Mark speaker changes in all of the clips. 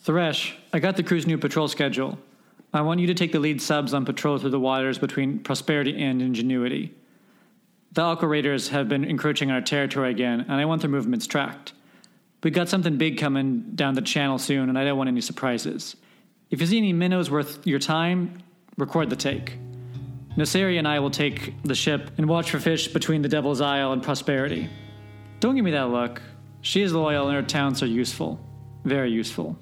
Speaker 1: Thresh, I got the crew's new patrol schedule. I want you to take the lead subs on patrol through the waters between Prosperity and Ingenuity. The Alka Raiders have been encroaching on our territory again, and I want their movements tracked. We got something big coming down the channel soon, and I don't want any surprises. If you see any minnows worth your time, record the take. Naseri and I will take the ship and watch for fish between the Devil's Isle and Prosperity. Don't give me that look. She is loyal, and her talents are useful. Very useful.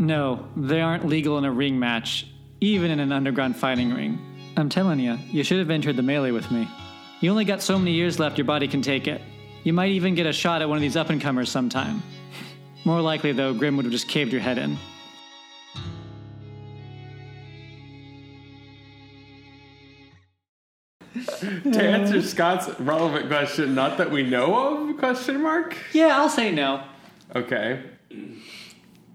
Speaker 1: No, they aren't legal in a ring match, even in an underground fighting ring. I'm telling you, you should have entered the melee with me. You only got so many years left your body can take it. You might even get a shot at one of these up and comers sometime. More likely, though, Grim would have just caved your head in.
Speaker 2: to
Speaker 1: Uh-huh.
Speaker 2: answer Scott's relevant question, not that we know of? Question mark.
Speaker 1: Yeah, I'll say no.
Speaker 2: Okay,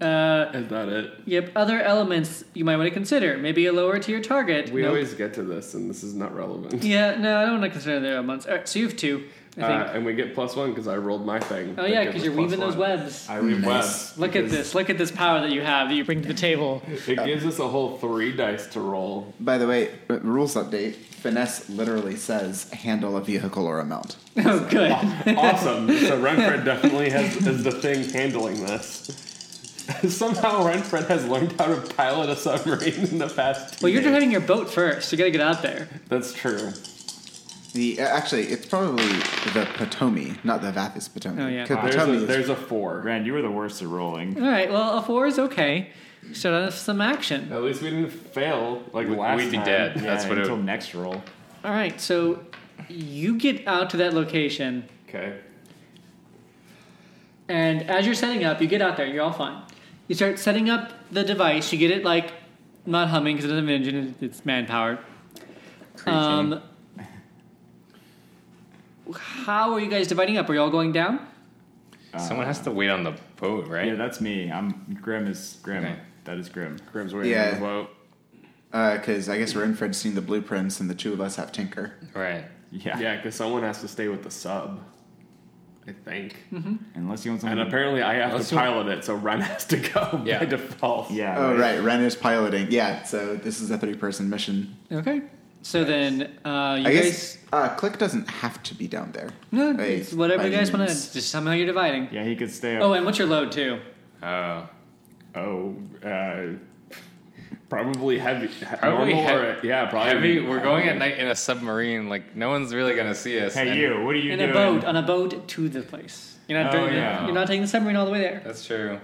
Speaker 1: Uh,
Speaker 2: is that it?
Speaker 1: yep, other elements you might want to consider. Maybe a lower tier target.
Speaker 2: We
Speaker 1: Nope.
Speaker 2: always get to this, and this is not relevant.
Speaker 1: Yeah, no, I don't want to consider the elements. All right, so you have two, I think.
Speaker 2: Uh, and we get plus one because I rolled my thing.
Speaker 1: oh,
Speaker 2: that
Speaker 1: yeah,
Speaker 2: gives
Speaker 1: because
Speaker 2: us
Speaker 1: you're
Speaker 2: plus
Speaker 1: weaving those
Speaker 2: one.
Speaker 1: webs.
Speaker 2: I weave webs.
Speaker 1: Look at
Speaker 2: because
Speaker 1: this. Look at this power that you have that you bring to the table.
Speaker 2: It gives us a whole three dice to roll.
Speaker 3: By the way, r- rules update. Finesse literally says handle a vehicle or a mount.
Speaker 1: Oh, good.
Speaker 2: Awesome. so Renfred definitely has is the thing handling this. Somehow Renfred has learned how to pilot a submarine in the past. two
Speaker 1: Well, you're
Speaker 2: years.
Speaker 1: driving your boat first. You gotta get out there.
Speaker 2: That's true.
Speaker 3: The uh, actually, it's probably the Potomi, not the Vathis Potomi.
Speaker 1: Oh, yeah.
Speaker 3: 'Cause
Speaker 2: Ah, There's
Speaker 3: Potomi
Speaker 2: a,
Speaker 3: is-
Speaker 2: there's a four.
Speaker 4: Rand, you were the worst at rolling.
Speaker 1: All right. Well, a four is okay. Start off some action.
Speaker 2: At least we didn't fail like
Speaker 5: We-
Speaker 2: last
Speaker 5: we'd be
Speaker 2: time.
Speaker 5: dead. That's
Speaker 4: Yeah,
Speaker 5: what it-
Speaker 4: until next roll.
Speaker 1: All right. So you get out to that location,
Speaker 2: Okay.
Speaker 1: and as you're setting up, you get out there. You're all fine. You start setting up the device. You get it like not humming because it doesn't have an engine. It's manpowered. Um. How are you guys dividing up? Are you all going down?
Speaker 5: Someone has to wait on the boat, right?
Speaker 4: Yeah, that's me. I'm Grim is Grim.
Speaker 5: Okay.
Speaker 4: That is Grim.
Speaker 2: Grim's waiting
Speaker 3: Yeah.
Speaker 2: on the boat.
Speaker 3: because uh, I guess Renfred's seen the blueprints, and the two of us have Tinker.
Speaker 5: Right.
Speaker 4: Yeah.
Speaker 2: Yeah, because someone has to stay with the sub. I think.
Speaker 4: Unless you want
Speaker 2: And
Speaker 4: something.
Speaker 2: apparently I have
Speaker 5: Let's
Speaker 2: to
Speaker 5: do-
Speaker 2: pilot it, so Ren has to go
Speaker 5: Yeah.
Speaker 2: by default.
Speaker 4: yeah.
Speaker 3: Oh right, Ren is piloting. Yeah, so this is a three-person mission.
Speaker 1: Okay. So then, uh, you
Speaker 3: I
Speaker 1: guys.
Speaker 3: guess uh, Click doesn't have to be down there.
Speaker 1: No,
Speaker 3: By-
Speaker 1: it's whatever
Speaker 3: by
Speaker 1: you guys want to.
Speaker 3: means.
Speaker 1: Just somehow you're dividing.
Speaker 4: Yeah, he could stay
Speaker 1: Oh,
Speaker 4: up.
Speaker 1: and what's your load too?
Speaker 5: Oh.
Speaker 4: Oh, uh,
Speaker 2: Probably heavy. he- normal
Speaker 5: Probably hea-
Speaker 2: or- yeah, probably
Speaker 5: Heavy. We're going at night in a submarine. Like no one's really gonna see us.
Speaker 4: hey
Speaker 5: and-
Speaker 4: you. What are you
Speaker 1: In
Speaker 4: doing?
Speaker 1: a boat, on a boat to the place. You're not
Speaker 4: Oh,
Speaker 1: doing
Speaker 4: yeah.
Speaker 1: You're not taking the submarine all the way there.
Speaker 5: That's true.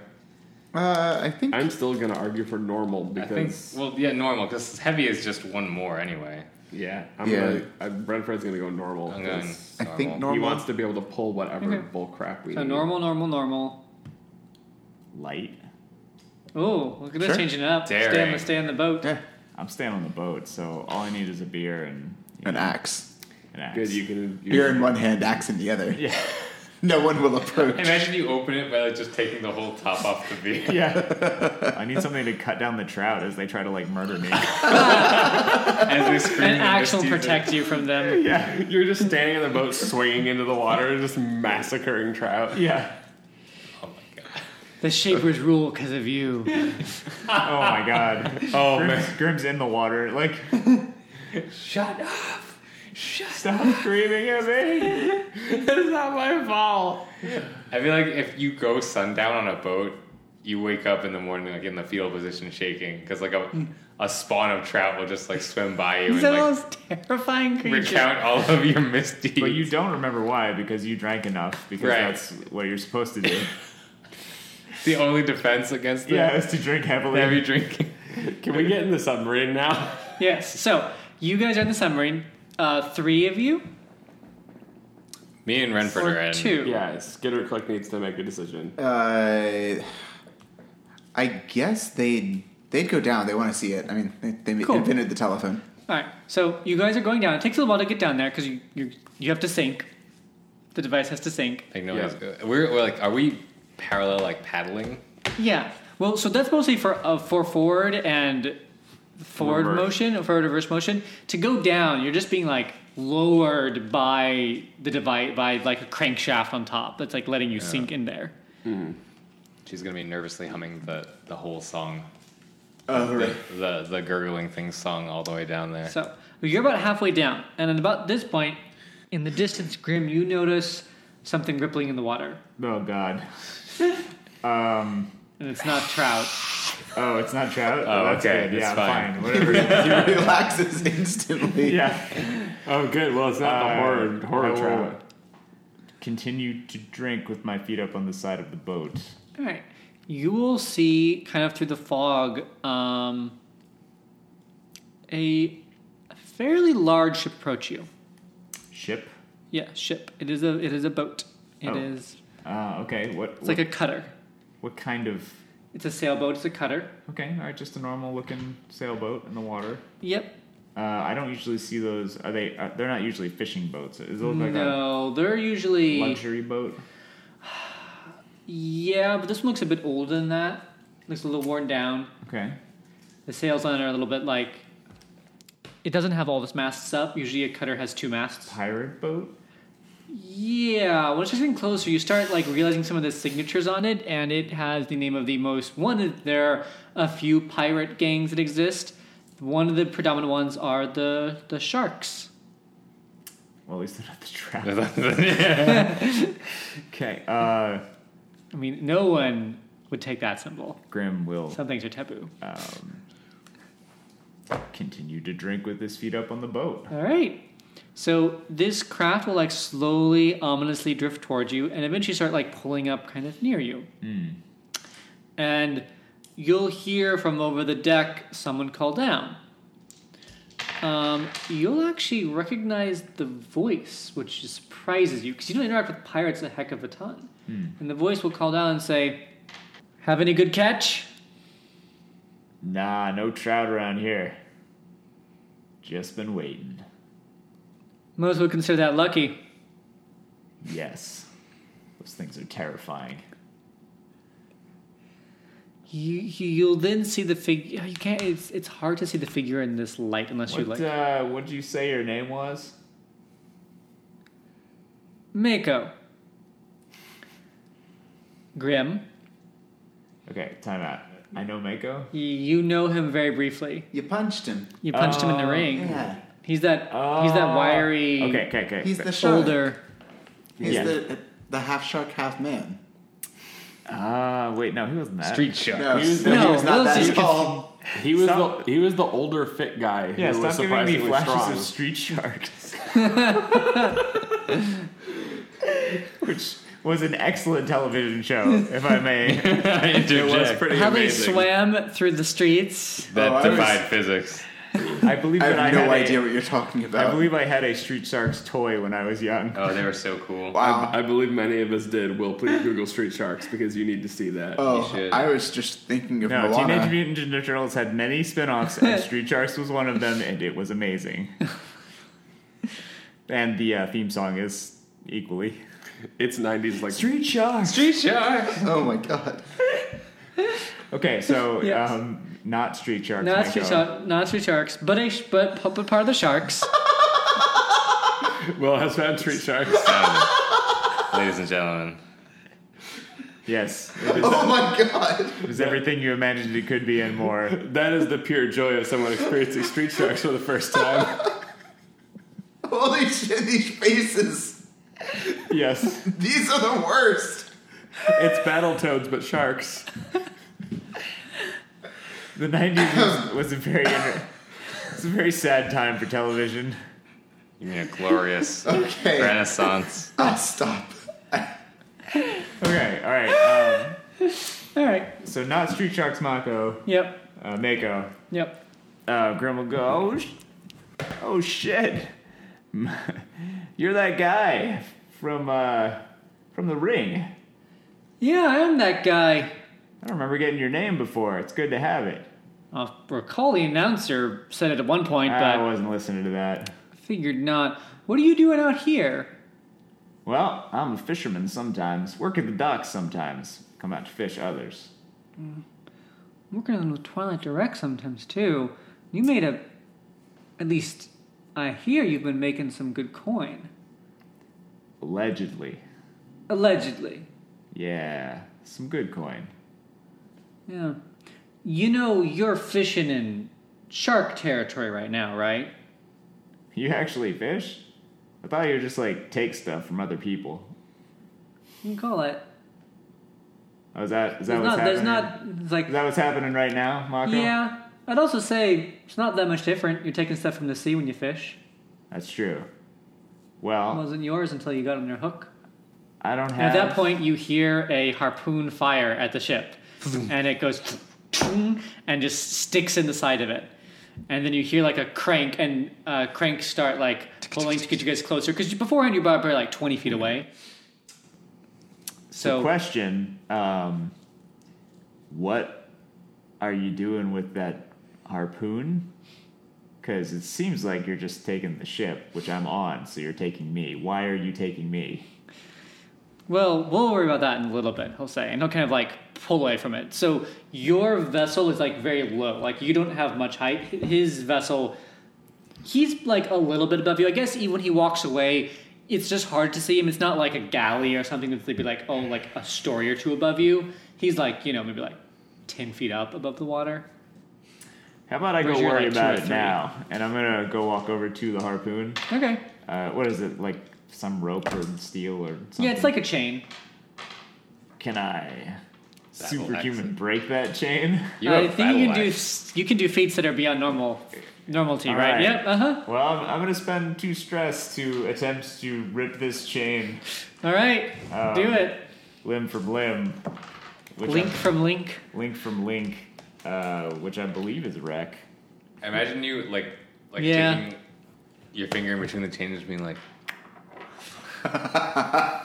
Speaker 3: Uh, I think
Speaker 2: I'm still gonna argue for normal because
Speaker 5: I think. Well, yeah, normal. Because heavy is just one more anyway.
Speaker 2: yeah, I'm
Speaker 3: Yeah.
Speaker 2: gonna. I, Renfred's gonna go normal.
Speaker 5: I'm
Speaker 2: 'cause
Speaker 5: going.
Speaker 3: I
Speaker 5: normal.
Speaker 3: think
Speaker 2: He
Speaker 3: normal.
Speaker 2: wants to be able to pull whatever
Speaker 1: Okay.
Speaker 2: bull crap we
Speaker 1: So
Speaker 2: need.
Speaker 1: normal, normal, normal.
Speaker 4: Light.
Speaker 1: Oh, look at this
Speaker 3: Sure.
Speaker 1: changing it up. Stay on, the,
Speaker 5: Daring.
Speaker 1: stay on the boat.
Speaker 3: yeah,
Speaker 4: I'm staying on the boat, so all I need is a beer and you
Speaker 3: an
Speaker 4: know,
Speaker 3: axe.
Speaker 4: An axe.
Speaker 2: Good, you can. You
Speaker 3: Beer in one hand, axe in the other.
Speaker 4: Yeah.
Speaker 3: No one will approach.
Speaker 5: Imagine you open it by like just taking the whole top off the beer.
Speaker 4: Yeah. I need something to cut down the trout as they try to like murder me.
Speaker 5: As we scream
Speaker 1: An
Speaker 5: and
Speaker 1: axe will
Speaker 5: misuse it.
Speaker 1: protect you from them.
Speaker 2: yeah, you're just standing in the boat, swinging into the water, and just massacring trout.
Speaker 4: yeah.
Speaker 5: Oh my god.
Speaker 1: The shapers rule because of you.
Speaker 4: Oh my god.
Speaker 2: Oh
Speaker 4: Grim's,
Speaker 2: man,
Speaker 4: Grim's in the water. Like,
Speaker 2: shut up!
Speaker 4: stop screaming at me.
Speaker 2: It's not my fault.
Speaker 5: I feel like if you go sundown on a boat, you wake up in the morning like in the fetal position shaking because like a, a spawn of trout will just like swim by you
Speaker 1: These
Speaker 5: and
Speaker 1: are
Speaker 5: like
Speaker 1: those terrifying creatures.
Speaker 5: recount all of your misdeeds.
Speaker 4: But you don't remember why because you drank enough because
Speaker 5: Right.
Speaker 4: that's what you're supposed to do.
Speaker 5: the only defense against them.
Speaker 4: yeah, is to drink heavily.
Speaker 5: Heavy drinking.
Speaker 2: Can we get in the submarine now?
Speaker 1: Yes. So you guys are in the submarine. Uh, three of you,
Speaker 5: Me and Renford are
Speaker 1: or
Speaker 5: in.
Speaker 1: two.
Speaker 2: yeah, Skidder Click needs to make a decision.
Speaker 3: Uh, I guess they'd they'd go down. They want to see it. I mean, they, they
Speaker 1: Cool.
Speaker 3: invented the telephone.
Speaker 1: All right. So you guys are going down. It takes a little while to get down there because you you you have to sync. The device has to sync.
Speaker 5: Like no
Speaker 2: Yeah.
Speaker 5: one's good. We're, we're like, are we parallel like paddling?
Speaker 1: Yeah. Well, so that's mostly for uh, for forward and forward
Speaker 4: Reverse.
Speaker 1: motion, forward reverse motion. To go down, you're just being like lowered by the device by like a crankshaft on top that's like letting you sink in there.
Speaker 5: She's gonna be nervously humming the, the whole song,
Speaker 3: Oh, right.
Speaker 5: the the gurgling thing sung all the way down there.
Speaker 1: So you're about halfway down, and at about this point, in the distance, Grim, you notice something rippling in the water,
Speaker 4: Oh god.
Speaker 1: and it's not trout.
Speaker 4: Oh, it's not trout.
Speaker 5: Oh,
Speaker 4: that's
Speaker 5: okay,
Speaker 4: Good.
Speaker 5: it's
Speaker 4: Yeah,
Speaker 5: fine.
Speaker 4: Whatever.
Speaker 3: He relaxes instantly.
Speaker 4: yeah.
Speaker 2: Oh, good. Well, it's not
Speaker 4: Uh,
Speaker 2: the horror
Speaker 4: I
Speaker 2: horror
Speaker 4: will
Speaker 2: trout.
Speaker 4: Continue to drink with my feet up on the side of the boat.
Speaker 1: All right, you will see kind of through the fog um, a fairly large ship approach you.
Speaker 4: Ship.
Speaker 1: Yeah, ship. It is a it is a boat. It is.
Speaker 4: Oh. Uh, okay. What?
Speaker 1: It's
Speaker 4: what,
Speaker 1: like a cutter.
Speaker 4: what kind of?
Speaker 1: It's a sailboat. It's a cutter.
Speaker 4: Okay. All right. Just a normal looking sailboat in the water.
Speaker 1: Yep.
Speaker 4: Uh, I don't usually see those. Are they? Uh, they're not usually fishing boats. Is it look like
Speaker 1: no, they're
Speaker 4: a
Speaker 1: usually
Speaker 4: luxury boat?
Speaker 1: yeah, but this one looks a bit older than that. Looks a little worn down.
Speaker 4: Okay.
Speaker 1: The sails on it are a little bit like. It doesn't have all of its masts up. Usually, a cutter has two masts.
Speaker 4: Pirate boat.
Speaker 1: Yeah, once you're getting closer, you start like realizing some of the signatures on it, and it has the name of the most one. Of, there are a few pirate gangs that exist. One of the predominant ones are the the sharks.
Speaker 4: Well, at least they're not the trout.
Speaker 5: Yeah.
Speaker 4: Okay. Uh,
Speaker 1: I mean, no one would take that symbol.
Speaker 4: Grim will
Speaker 1: Some things are taboo.
Speaker 4: um, continue to drink with his feet up on the boat.
Speaker 1: All right. So this craft will like slowly, ominously drift towards you, and eventually start like pulling up kind of near you. And you'll hear from over the deck someone call down. Um, you'll actually recognize the voice, which surprises you because you don't interact with pirates a heck of a ton. And the voice will call down and say, "Have any good catch?"
Speaker 4: Nah, no trout around here. Just been waiting.
Speaker 1: Most would consider that lucky.
Speaker 4: Yes. Those things are terrifying.
Speaker 1: You, you you'll then see the figure. You can't. It's it's hard to see the figure in this light unless you
Speaker 4: What,
Speaker 1: like
Speaker 4: uh, what'd you say your name was?
Speaker 1: Mako. Grim,
Speaker 4: Okay, time out. I know Mako.
Speaker 1: y- you know him very briefly.
Speaker 3: You punched him.
Speaker 1: You punched him in the
Speaker 4: Oh,
Speaker 1: ring.
Speaker 3: Yeah.
Speaker 1: He's that
Speaker 4: Oh.
Speaker 1: he's that wiry,
Speaker 4: Okay, okay, okay.
Speaker 3: He's the shark.
Speaker 1: older.
Speaker 3: He's
Speaker 4: Yeah.
Speaker 3: the, the half shark, half man.
Speaker 4: Ah, wait, no, he wasn't that.
Speaker 5: Street show.
Speaker 3: No,
Speaker 2: He was-
Speaker 3: no,
Speaker 1: no,
Speaker 3: he was not
Speaker 1: Will's
Speaker 3: that
Speaker 1: just
Speaker 3: tall.
Speaker 2: He was
Speaker 4: Stop.
Speaker 2: the he was the older fit guy
Speaker 4: Yeah,
Speaker 2: who was
Speaker 4: stop giving me
Speaker 2: surprisingly
Speaker 4: flashes
Speaker 2: strong.
Speaker 4: of Street Sharks. Which was an excellent television show, if I may.
Speaker 5: it was pretty
Speaker 1: How they swam through the streets.
Speaker 5: That
Speaker 3: Oh, I was-
Speaker 5: defied physics.
Speaker 4: I believe
Speaker 3: I
Speaker 4: that I
Speaker 3: have no
Speaker 4: had
Speaker 3: idea
Speaker 4: A,
Speaker 3: what you're talking about.
Speaker 4: I believe I had a Street Sharks toy when I was young.
Speaker 5: Oh, they were so cool.
Speaker 3: wow.
Speaker 2: I, I believe many of us did. Will please Google Street Sharks because you need to see that.
Speaker 3: oh,
Speaker 5: should.
Speaker 3: I was just thinking of
Speaker 4: No,
Speaker 3: Moana.
Speaker 4: Teenage Mutant Ninja Turtles had many spin-offs, and Street Sharks was one of them, and it was amazing. and the uh, theme song is equally.
Speaker 2: It's '90s like
Speaker 4: Street Sharks.
Speaker 5: Street shark.
Speaker 3: oh my god.
Speaker 4: Okay, so
Speaker 1: Yes.
Speaker 4: um, not Street Sharks.
Speaker 1: Not
Speaker 4: Mako.
Speaker 1: street, shark, not street sharks, but a sh- but pu- but part of the sharks.
Speaker 2: Will has found Street Sharks.
Speaker 5: Ladies and gentlemen,
Speaker 4: Yes, it is,
Speaker 3: Oh my god.
Speaker 4: it is everything you imagined it could be and more.
Speaker 2: That is the pure joy of someone experiencing Street Sharks for the first time.
Speaker 3: Holy shit, these faces.
Speaker 4: yes,
Speaker 3: These are the worst.
Speaker 2: It's Battletoads but sharks.
Speaker 4: the '90s was, was a very inter- it's a very sad time for television.
Speaker 5: you mean a glorious
Speaker 3: Okay.
Speaker 5: renaissance.
Speaker 3: I'll stop.
Speaker 4: Okay, all right. Um,
Speaker 1: All right.
Speaker 4: so not Street Sharks, Mako,
Speaker 1: Yep.
Speaker 4: uh, Mako.
Speaker 1: Yep.
Speaker 4: Uh, Grim will go, oh, sh- oh shit. You're that guy from, uh, from the ring. I
Speaker 1: Yeah, I am that guy.
Speaker 4: don't remember getting your name before. It's good to have it.
Speaker 1: I recall the announcer said it at one point, but
Speaker 4: I wasn't listening to that.
Speaker 1: Figured not. What are you doing out here?
Speaker 4: Well, I'm a fisherman sometimes, work at the docks sometimes, come out to fish others.
Speaker 1: I'm working on the Twilight Direct sometimes too. You made a. At least, I hear you've been making some good coin.
Speaker 4: Allegedly.
Speaker 1: Allegedly.
Speaker 4: Yeah, some good coin.
Speaker 1: Yeah. You know you're fishing in shark territory right now, right?
Speaker 4: You actually fish? I thought you were just like take stuff from other people.
Speaker 1: You can call it.
Speaker 4: Oh, is that is that
Speaker 1: There's
Speaker 4: what's
Speaker 1: not,
Speaker 4: happening?
Speaker 1: there's not it's like
Speaker 4: Is that what's happening right now, Mako?
Speaker 1: yeah. I'd also say it's not that much different. You're taking stuff from the sea when you fish.
Speaker 4: That's true.
Speaker 1: It
Speaker 4: Well,
Speaker 1: wasn't yours until you got on your hook.
Speaker 4: I don't
Speaker 1: At
Speaker 4: have.
Speaker 1: that point, you hear a harpoon fire at the ship, and it goes and just sticks in the side of it. And then you hear like a crank, and uh, cranks start like pulling to get you guys closer because beforehand you were probably like twenty feet away.
Speaker 4: So
Speaker 1: So
Speaker 4: question: um, What are you doing with that harpoon? Because it seems like you're just taking the ship, which I'm on. So you're taking me. Why are you taking me?
Speaker 1: well, we'll worry about that in a little bit. He'll say, and he'll kind of like pull away from it. So your vessel is like very low, like you don't have much height. His vessel he's like a little bit above you. I guess even when he walks away, it's just hard to see him. It's not like a galley or something that's they'd be like, oh, like a story or two above you. He's like, you know, maybe like ten feet up above the water.
Speaker 4: How about I go
Speaker 1: Where's your,
Speaker 4: worry
Speaker 1: like, two
Speaker 4: about
Speaker 1: or
Speaker 4: it
Speaker 1: three?
Speaker 4: now? And I'm gonna go walk over to the harpoon.
Speaker 1: Okay.
Speaker 4: Uh, what is it like? Some rope or steel or something?
Speaker 1: Yeah, it's like a chain.
Speaker 4: Can I
Speaker 5: That will
Speaker 4: superhuman break that chain?
Speaker 5: You
Speaker 1: I
Speaker 5: have
Speaker 1: think you can
Speaker 5: battle
Speaker 1: do
Speaker 5: axe.
Speaker 1: s- you can do feats that are beyond normal normality,
Speaker 4: All
Speaker 1: right?
Speaker 4: right.
Speaker 1: Yep. Uh huh.
Speaker 4: Well, I'm, I'm gonna spend two stress to attempt to rip this chain
Speaker 1: All right.
Speaker 4: Um,
Speaker 1: do it.
Speaker 4: limb from limb. Which
Speaker 1: Link
Speaker 4: I-
Speaker 1: from link.
Speaker 4: link from link, uh, which I believe is wreck.
Speaker 5: Imagine you like like
Speaker 1: Yeah.
Speaker 5: taking your finger in between the chains and being like,
Speaker 4: I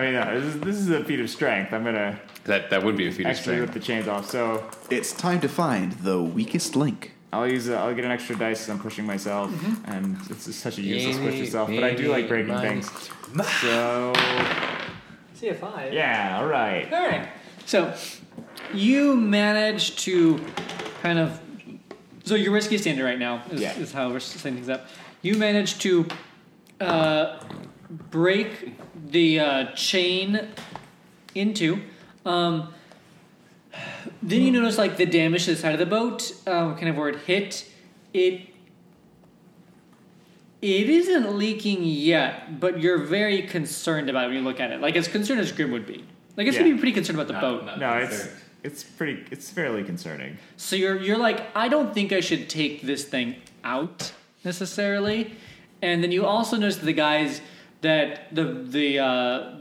Speaker 4: mean, uh, this, is, this is a feat of strength. I'm gonna
Speaker 5: that that would be a feat of
Speaker 4: actually rip
Speaker 5: strength.
Speaker 4: the chains off. So
Speaker 3: It's time to find the weakest link.
Speaker 4: I'll use. A, I'll get an extra dice. as I'm pushing myself, and it's just such a useless push
Speaker 5: Eeny,
Speaker 4: yourself. But I do like breaking
Speaker 5: meeny,
Speaker 4: things. So
Speaker 1: See a five.
Speaker 4: yeah, all right.
Speaker 1: All right. So you manage to kind of. So your risky standard right now is,
Speaker 4: Yeah.
Speaker 1: is how we're setting things up. You manage to uh, break the uh, chain into. Um, then you notice like the damage to the side of the boat, um, kind of where it hit. It it isn't leaking yet, but you're very concerned about it when you look at it. Like as concerned as Grim would be. Like it's gonna
Speaker 4: Yeah.
Speaker 1: be pretty concerned about the
Speaker 5: Not-
Speaker 1: boat.
Speaker 5: not
Speaker 4: No, it's
Speaker 5: concerned.
Speaker 4: it's pretty. It's fairly concerning.
Speaker 1: So you're you're like, I don't think I should take this thing out necessarily. And then you also notice the guys that the the uh,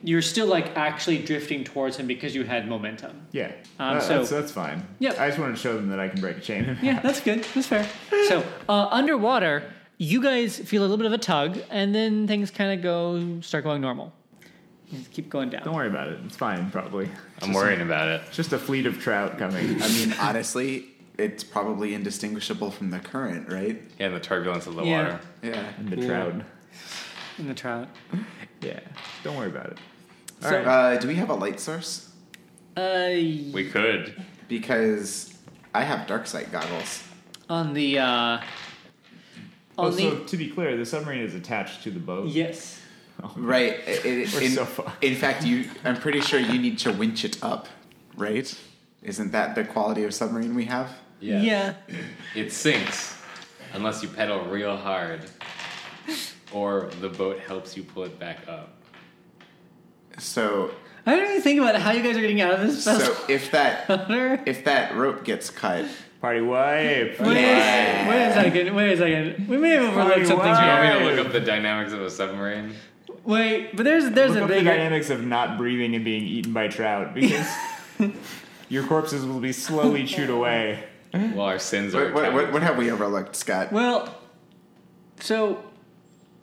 Speaker 1: you're still like actually drifting towards him because you had momentum.
Speaker 4: Yeah,
Speaker 1: Um,
Speaker 4: Uh,
Speaker 1: so-
Speaker 4: that's, that's fine.
Speaker 1: Yep.
Speaker 4: I just wanted to show them that I can break a chain.
Speaker 1: Yeah, that's good. That's fair. So uh, underwater, you guys feel a little bit of a tug, and then things kind of go start going normal. You just keep going down.
Speaker 4: Don't worry about it. It's fine, probably.
Speaker 5: I'm worrying about it.
Speaker 4: It's Just a fleet of trout coming.
Speaker 3: I mean, honestly, it's probably indistinguishable from the current, right?
Speaker 5: Yeah, and the turbulence of the
Speaker 1: Yeah.
Speaker 5: water.
Speaker 3: Yeah.
Speaker 4: the trout.
Speaker 1: in the trout.
Speaker 4: Yeah. Don't worry about it.
Speaker 1: So,
Speaker 3: Uh, do we have a light source?
Speaker 1: uh,
Speaker 5: We could.
Speaker 3: Because I have dark sight goggles.
Speaker 1: on the uh, on
Speaker 4: Oh,
Speaker 1: the
Speaker 4: so to be clear, the submarine is attached to the boat.
Speaker 1: yes.
Speaker 3: Right. It, it-
Speaker 4: We're
Speaker 3: in,
Speaker 4: so fucked.
Speaker 3: in fact, you. I'm pretty sure you need to winch it up, right? Isn't that the quality of submarine we have?
Speaker 1: Yeah.
Speaker 5: It sinks unless you pedal real hard, or the boat helps you pull it back up.
Speaker 3: So,
Speaker 1: I didn't even think about how you guys are getting out of this
Speaker 3: so
Speaker 1: vessel.
Speaker 3: if that
Speaker 1: Water.
Speaker 3: if that rope gets cut,
Speaker 4: Party wipe.
Speaker 1: Wait,
Speaker 3: Yeah.
Speaker 1: wait a second, wait a second. We may have overlooked
Speaker 4: Wait,
Speaker 1: something
Speaker 5: Do you
Speaker 1: here.
Speaker 4: what?
Speaker 5: want me to look up the dynamics of a submarine?
Speaker 1: Wait, but there's there's
Speaker 4: Look
Speaker 1: a
Speaker 4: up the
Speaker 1: bigger
Speaker 4: dynamics of not breathing and being eaten by trout because your corpses will be slowly chewed away.
Speaker 5: Well, our sins are.
Speaker 3: what, what, what,
Speaker 5: accounted
Speaker 3: what have we overlooked, Scott?
Speaker 1: Well so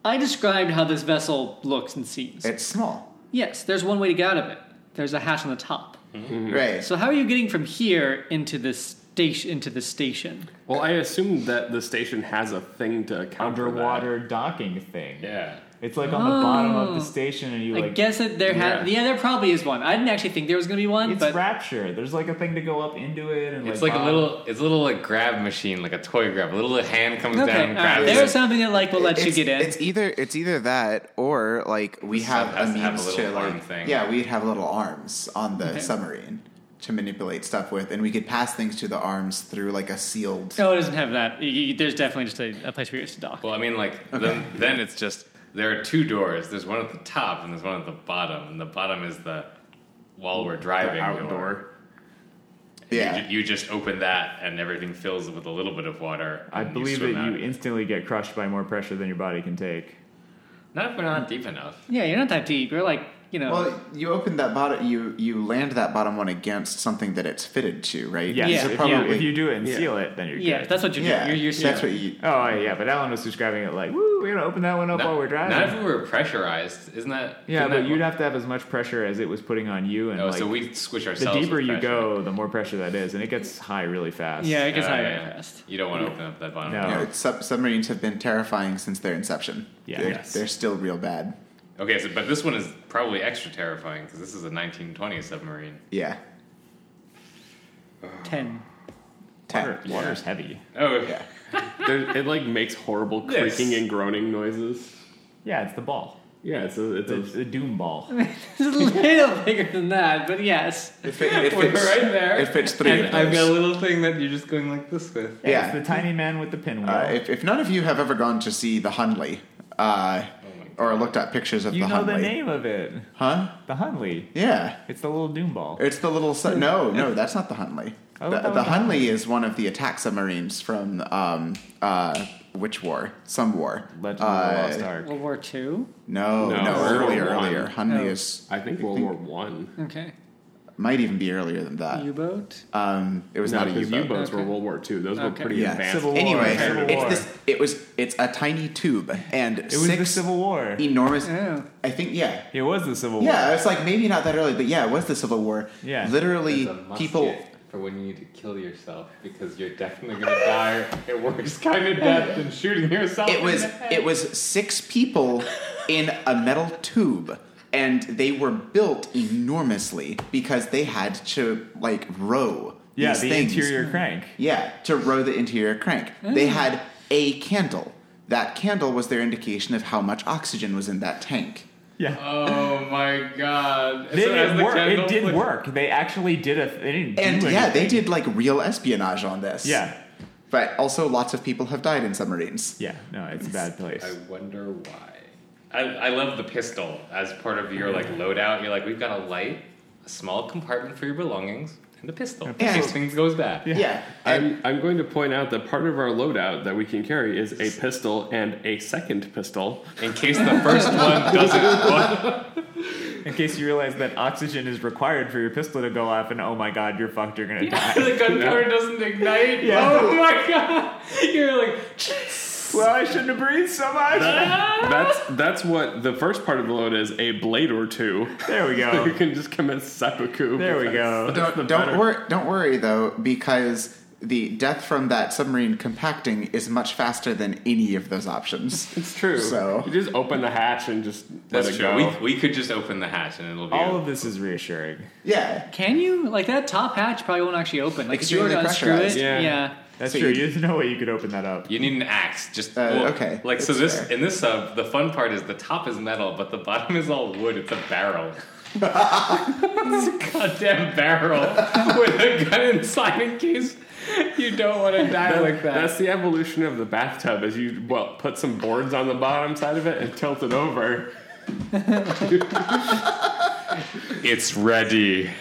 Speaker 1: I described how this vessel looks and seems.
Speaker 3: It's small,
Speaker 1: Yes, there's one way to get out of it. There's a hatch on the top.
Speaker 3: right?
Speaker 1: So how are you getting from here into this station into the station?
Speaker 2: Well, I assume that the station has a thing to counter that.
Speaker 4: Underwater docking thing.
Speaker 5: Yeah.
Speaker 4: It's like on the bottom of
Speaker 1: Oh.
Speaker 4: the station and you
Speaker 1: I
Speaker 4: like
Speaker 1: guess that there had yeah.
Speaker 2: yeah.
Speaker 1: there probably is one. I didn't actually think there was gonna be one,
Speaker 4: it's
Speaker 1: but
Speaker 4: rapture. There's like a thing to go up into it and
Speaker 5: It's like a
Speaker 4: bob.
Speaker 5: little, it's a little like grab machine, like a toy grab. A little hand comes
Speaker 1: okay,
Speaker 5: down,
Speaker 1: all
Speaker 5: and
Speaker 1: right.
Speaker 5: grabs
Speaker 1: There's
Speaker 5: it.
Speaker 1: something that like will let you
Speaker 3: it's,
Speaker 1: get in.
Speaker 3: It's either it's either that or like we
Speaker 5: This
Speaker 3: have
Speaker 5: sub has
Speaker 3: a
Speaker 5: to have a
Speaker 3: means
Speaker 5: little
Speaker 3: to like
Speaker 5: arm thing.
Speaker 3: yeah, we'd have little arms on the submarine to manipulate stuff with, and we could pass things to the arms through like a sealed.
Speaker 1: No, it doesn't have that. You- you- there's definitely just a, a place where you just dock.
Speaker 5: Well, I mean, like then, then it's just there are two doors. There's one at the top and there's one at the bottom, and the bottom is the while we're driving door.
Speaker 4: outdoor.
Speaker 5: You,
Speaker 3: Yeah,
Speaker 5: ju- you just open that and everything fills with a little bit of water.
Speaker 4: I
Speaker 5: and
Speaker 4: believe that
Speaker 5: swim out.
Speaker 4: you instantly get crushed by more pressure than your body can take.
Speaker 5: Not if we're not deep enough.
Speaker 1: yeah, you're not that deep. You're like, you know.
Speaker 3: Well, you open that bottom. You you land that bottom one against something that it's fitted to, right?
Speaker 4: Yes,
Speaker 1: Yeah.
Speaker 4: if,
Speaker 1: So
Speaker 4: you- if
Speaker 3: probably-
Speaker 4: you, do it and seal it, then you're
Speaker 1: yeah,
Speaker 4: good.
Speaker 1: that's what you're
Speaker 3: yeah.
Speaker 1: doing. You're, you're
Speaker 3: that's what you.
Speaker 4: Oh yeah, but Alan was describing it like, "Woo, we're gonna open that one up
Speaker 5: Not,
Speaker 4: while we're driving."
Speaker 5: not if we were pressurized, isn't that?
Speaker 4: yeah,
Speaker 5: isn't
Speaker 4: but
Speaker 5: that-
Speaker 4: you'd have to have as much pressure as it was putting on you, and
Speaker 5: Oh,
Speaker 4: like,
Speaker 5: so we squish
Speaker 4: the
Speaker 5: ourselves.
Speaker 4: deeper
Speaker 5: with
Speaker 4: you
Speaker 5: pressure.
Speaker 4: go, the more pressure that is, and it gets high really fast.
Speaker 1: yeah, it
Speaker 5: Yeah,
Speaker 1: gets higher
Speaker 5: yeah, yeah.
Speaker 1: fast.
Speaker 5: You don't want to open up that bottom.
Speaker 4: No.
Speaker 3: you know, it's sub- submarines have been terrifying since their inception.
Speaker 4: Yeah.
Speaker 3: they're,
Speaker 4: Yes.
Speaker 3: they're still real bad.
Speaker 5: Okay, so but this one is probably extra terrifying because this is a 1920s submarine.
Speaker 3: Yeah, Uh-huh.
Speaker 1: Ten.
Speaker 4: water,
Speaker 3: Ten.
Speaker 4: water's heavy.
Speaker 5: Oh,
Speaker 3: Yeah.
Speaker 2: There, it like makes horrible
Speaker 5: Yes.
Speaker 2: creaking and groaning noises.
Speaker 4: Yeah, it's the ball.
Speaker 2: Yeah, it's a, it's
Speaker 4: It's
Speaker 2: a,
Speaker 4: the doom ball.
Speaker 1: It's a little bigger than that, but yes.
Speaker 3: It, fit, it
Speaker 5: We're
Speaker 3: fits.
Speaker 5: right there.
Speaker 3: It fits three.
Speaker 5: And
Speaker 3: of
Speaker 5: I've got
Speaker 3: those.
Speaker 5: a little thing that you're just going like this with.
Speaker 3: Yeah.
Speaker 4: it's the tiny man with the pinwheel.
Speaker 3: Uh, if, if none of you have ever gone to see the Hunley,
Speaker 4: Oh
Speaker 3: uh, or looked at pictures of
Speaker 4: you
Speaker 3: the
Speaker 4: know
Speaker 3: Hunley,
Speaker 4: the name of it,
Speaker 3: huh?
Speaker 4: the Hunley.
Speaker 3: Yeah,
Speaker 4: It's the little doom ball.
Speaker 3: it's the little. Su- no, no, that's not the Hunley.
Speaker 4: Hmm. Oh,
Speaker 3: the
Speaker 4: that
Speaker 3: the
Speaker 4: was the
Speaker 3: Hunley is one of the attack submarines from um, uh, which war? Some war.
Speaker 4: Legend
Speaker 3: Uh,
Speaker 4: of the Lost Ark.
Speaker 1: World War Two.
Speaker 3: No, no,
Speaker 2: No, World
Speaker 3: earlier,
Speaker 2: War One.
Speaker 3: earlier. Hunley
Speaker 1: Oh.
Speaker 3: is
Speaker 2: I think World War One.
Speaker 1: Okay.
Speaker 3: might even be earlier than that.
Speaker 1: U-boat.
Speaker 3: Um, it was
Speaker 2: No,
Speaker 3: not a
Speaker 2: because
Speaker 3: U boat.
Speaker 2: U-boats were
Speaker 1: Okay.
Speaker 2: World War Two. Those were
Speaker 1: Okay.
Speaker 2: pretty
Speaker 3: Yeah.
Speaker 2: advanced.
Speaker 4: Civil War.
Speaker 3: Anyway,
Speaker 4: Civil
Speaker 3: it's
Speaker 4: War.
Speaker 3: this. It was. It's a tiny tube, and
Speaker 4: It was
Speaker 3: six
Speaker 4: the Civil War.
Speaker 3: enormous.
Speaker 1: Oh.
Speaker 3: I think yeah,
Speaker 4: It was the Civil
Speaker 3: Yeah,
Speaker 4: War.
Speaker 3: it's like maybe not that early, but yeah, it was the Civil War.
Speaker 4: Yeah.
Speaker 3: literally, people.
Speaker 5: for when you need to kill yourself because you're definitely gonna die. It works kind of death than shooting yourself.
Speaker 3: It was it was six people in a metal tube, and they were built enormously because they had to like row.
Speaker 4: Yeah,
Speaker 3: these
Speaker 4: the
Speaker 3: things.
Speaker 4: interior crank.
Speaker 3: Yeah, to row the interior crank. They had a candle. That candle was their indication of how much oxygen was in that tank.
Speaker 4: Yeah.
Speaker 5: Oh my god!
Speaker 4: They-
Speaker 5: So as
Speaker 4: it,
Speaker 5: the
Speaker 4: worked.
Speaker 5: candle
Speaker 4: it did
Speaker 5: flicked-
Speaker 4: work. They actually did a. They didn't
Speaker 3: And
Speaker 4: do
Speaker 3: yeah,
Speaker 4: anything.
Speaker 3: they did like real espionage on this.
Speaker 4: Yeah,
Speaker 3: But also, lots of people have died in submarines.
Speaker 4: yeah. No, it's a bad place.
Speaker 5: I wonder why. I, I love the pistol as part of your like loadout. You're like, we've got a light, a small compartment for your belongings, and a pistol. In
Speaker 3: pistol.
Speaker 5: case things goes bad.
Speaker 3: Yeah. and-
Speaker 2: I'm, I'm going to point out that part of our loadout that we can carry is a pistol and a second pistol.
Speaker 5: In case the first one doesn't work.
Speaker 4: In case you realize that oxygen is required for your pistol to go off, and oh my god, you're fucked. You're gonna die.
Speaker 5: the gunpowder doesn't ignite.
Speaker 4: Yeah.
Speaker 5: Oh my god! You're like,
Speaker 4: well, I shouldn't have breathed so much.
Speaker 2: That's that's what the first part of the load is a blade or two.
Speaker 4: there we
Speaker 2: You
Speaker 4: go.
Speaker 2: can just commit seppuku.
Speaker 4: There we go.
Speaker 3: don't don't worry don't worry though because the death from that submarine compacting is much faster than any of those options.
Speaker 2: It's true.
Speaker 3: So-
Speaker 2: you just open the hatch and just let
Speaker 5: That's
Speaker 2: it
Speaker 5: true.
Speaker 2: go.
Speaker 5: We, we could just open the hatch and it'll be.
Speaker 4: All of this is reassuring.
Speaker 3: yeah,
Speaker 1: Can you like that top hatch? Probably won't actually open. Like if you were to
Speaker 3: Extremely
Speaker 1: unscrew it,
Speaker 3: pressurized.
Speaker 2: Yeah.
Speaker 1: yeah.
Speaker 4: That's
Speaker 3: So
Speaker 4: true.
Speaker 3: you-
Speaker 4: There's no way you could open that up.
Speaker 5: you need an axe. Just
Speaker 3: Uh,
Speaker 5: well,
Speaker 3: okay.
Speaker 5: Like so,
Speaker 3: That's
Speaker 5: this
Speaker 3: fair.
Speaker 5: in this sub, the fun part is the top is metal, but the bottom is all wood. It's a barrel. it's a goddamn barrel with a gun inside in case you don't want to die like that.
Speaker 2: That's the evolution of the bathtub. Is you well put some boards on the bottom side of it and tilt it over.
Speaker 5: it's ready.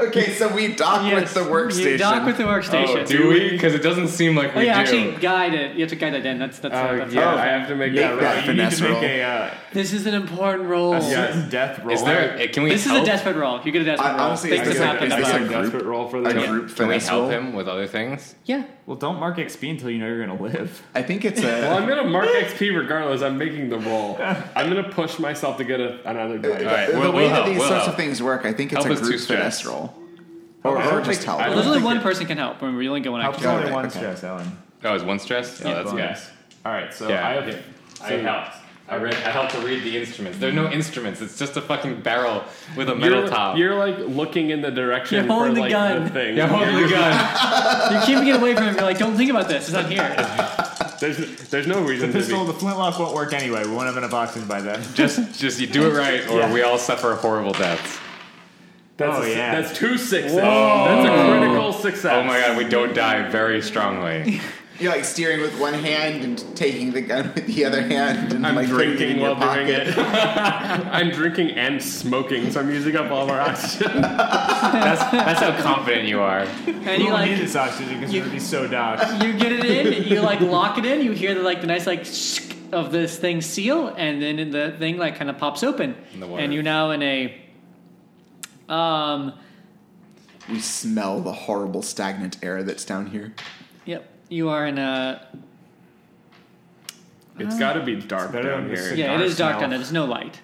Speaker 3: Okay, so we dock
Speaker 1: Yes,
Speaker 3: with the workstation.
Speaker 1: You dock with the workstation.
Speaker 5: Oh, do we? Because it doesn't seem like
Speaker 1: Oh,
Speaker 5: we
Speaker 1: yeah,
Speaker 5: do.
Speaker 1: actually guide it. You have to guide that in. That's that's,
Speaker 2: Uh,
Speaker 1: that's
Speaker 2: yeah, I have to make that.
Speaker 4: Yeah,
Speaker 3: that
Speaker 2: right.
Speaker 4: right. You need
Speaker 3: finesse
Speaker 4: to make
Speaker 3: roll.
Speaker 4: a, uh,
Speaker 1: This is an important role.
Speaker 4: a certain death roll.
Speaker 5: is there? Can we?
Speaker 1: This is
Speaker 5: help?
Speaker 1: a desperate role. You get a desperate
Speaker 3: I-
Speaker 1: roll.
Speaker 3: honestly,
Speaker 1: Things
Speaker 3: I
Speaker 1: just
Speaker 3: feel
Speaker 1: happen
Speaker 3: like-
Speaker 1: to
Speaker 3: is
Speaker 2: That's a
Speaker 3: this a
Speaker 1: bugs.
Speaker 3: group-
Speaker 2: desperate roll for
Speaker 3: a
Speaker 2: that.
Speaker 3: group
Speaker 5: Can we
Speaker 3: finesse
Speaker 5: help
Speaker 3: roll?
Speaker 5: him with other things?
Speaker 1: Yeah.
Speaker 4: Well, don't mark XP until you know you're gonna live.
Speaker 3: I think it's a.
Speaker 2: Well, I'm gonna mark XP regardless. I'm making the roll. I'm gonna push myself to get a, another
Speaker 3: the,
Speaker 2: die.
Speaker 5: right,
Speaker 3: the
Speaker 5: we'll-
Speaker 3: way
Speaker 5: we'll
Speaker 3: that
Speaker 5: help,
Speaker 3: these
Speaker 5: we'll
Speaker 3: sorts
Speaker 5: help.
Speaker 3: of things work, I think it's
Speaker 5: Help
Speaker 3: a
Speaker 5: is too
Speaker 3: group finesse
Speaker 5: stressed.
Speaker 3: roll, or,
Speaker 2: I don't
Speaker 3: or just
Speaker 2: think-
Speaker 3: help.
Speaker 1: Well,
Speaker 2: I don't
Speaker 1: there's only
Speaker 2: think
Speaker 1: one
Speaker 2: it-
Speaker 1: person can help. Remember, you only get one
Speaker 4: Helps
Speaker 1: action.
Speaker 3: out.
Speaker 4: only one
Speaker 3: Okay.
Speaker 4: stress, Ellen.
Speaker 5: Oh, is one stress? Oh, that's good.
Speaker 4: Bonus. All right, so
Speaker 5: Yeah.
Speaker 4: I have.
Speaker 5: Yeah. I helped. I read. I helped to read the instruments. There are no instruments. It's just a fucking barrel with a metal
Speaker 2: You're,
Speaker 5: top.
Speaker 2: you're like looking in the direction
Speaker 1: You're holding
Speaker 2: for
Speaker 1: the
Speaker 2: like
Speaker 1: gun.
Speaker 2: the thing.
Speaker 5: yeah, hold the gun.
Speaker 1: You're keeping it away from him. You're like, don't think about this. It's not here.
Speaker 2: There's there's no
Speaker 4: The
Speaker 2: reason to
Speaker 4: pistol,
Speaker 2: be.
Speaker 4: the flintlock won't work anyway. We won't have enough oxygen by then.
Speaker 5: just, just you do it right, or
Speaker 4: Yeah.
Speaker 5: we all suffer horrible deaths.
Speaker 2: That's
Speaker 4: Oh,
Speaker 2: a, si-
Speaker 4: yeah.
Speaker 2: That's two sixes. That's a critical success.
Speaker 5: Oh my god, we don't die very strongly.
Speaker 3: You're like steering with one hand and taking the gun with the other hand, and
Speaker 2: I'm
Speaker 3: like putting it in
Speaker 2: drinking
Speaker 3: your
Speaker 2: while doing
Speaker 3: pocket.
Speaker 2: it. I'm drinking and smoking, so I'm using up all of our oxygen.
Speaker 5: That's, that's how confident you are.
Speaker 1: And you
Speaker 4: We'll need
Speaker 1: like
Speaker 4: this oxygen because
Speaker 1: you-
Speaker 4: we're gonna be so docked.
Speaker 1: you get it in, you like lock it in, you hear the like the nice like shk of this thing seal, and then in the thing like kind of pops open,
Speaker 5: In the water.
Speaker 1: and you're now in a um
Speaker 3: We smell the horrible stagnant air that's down here.
Speaker 1: yep you are in a
Speaker 2: It's got to be dark
Speaker 4: better
Speaker 2: down
Speaker 4: than the
Speaker 2: here.
Speaker 4: city.
Speaker 1: yeah it
Speaker 4: dark
Speaker 1: is dark
Speaker 4: smell.
Speaker 1: down there. There's no light.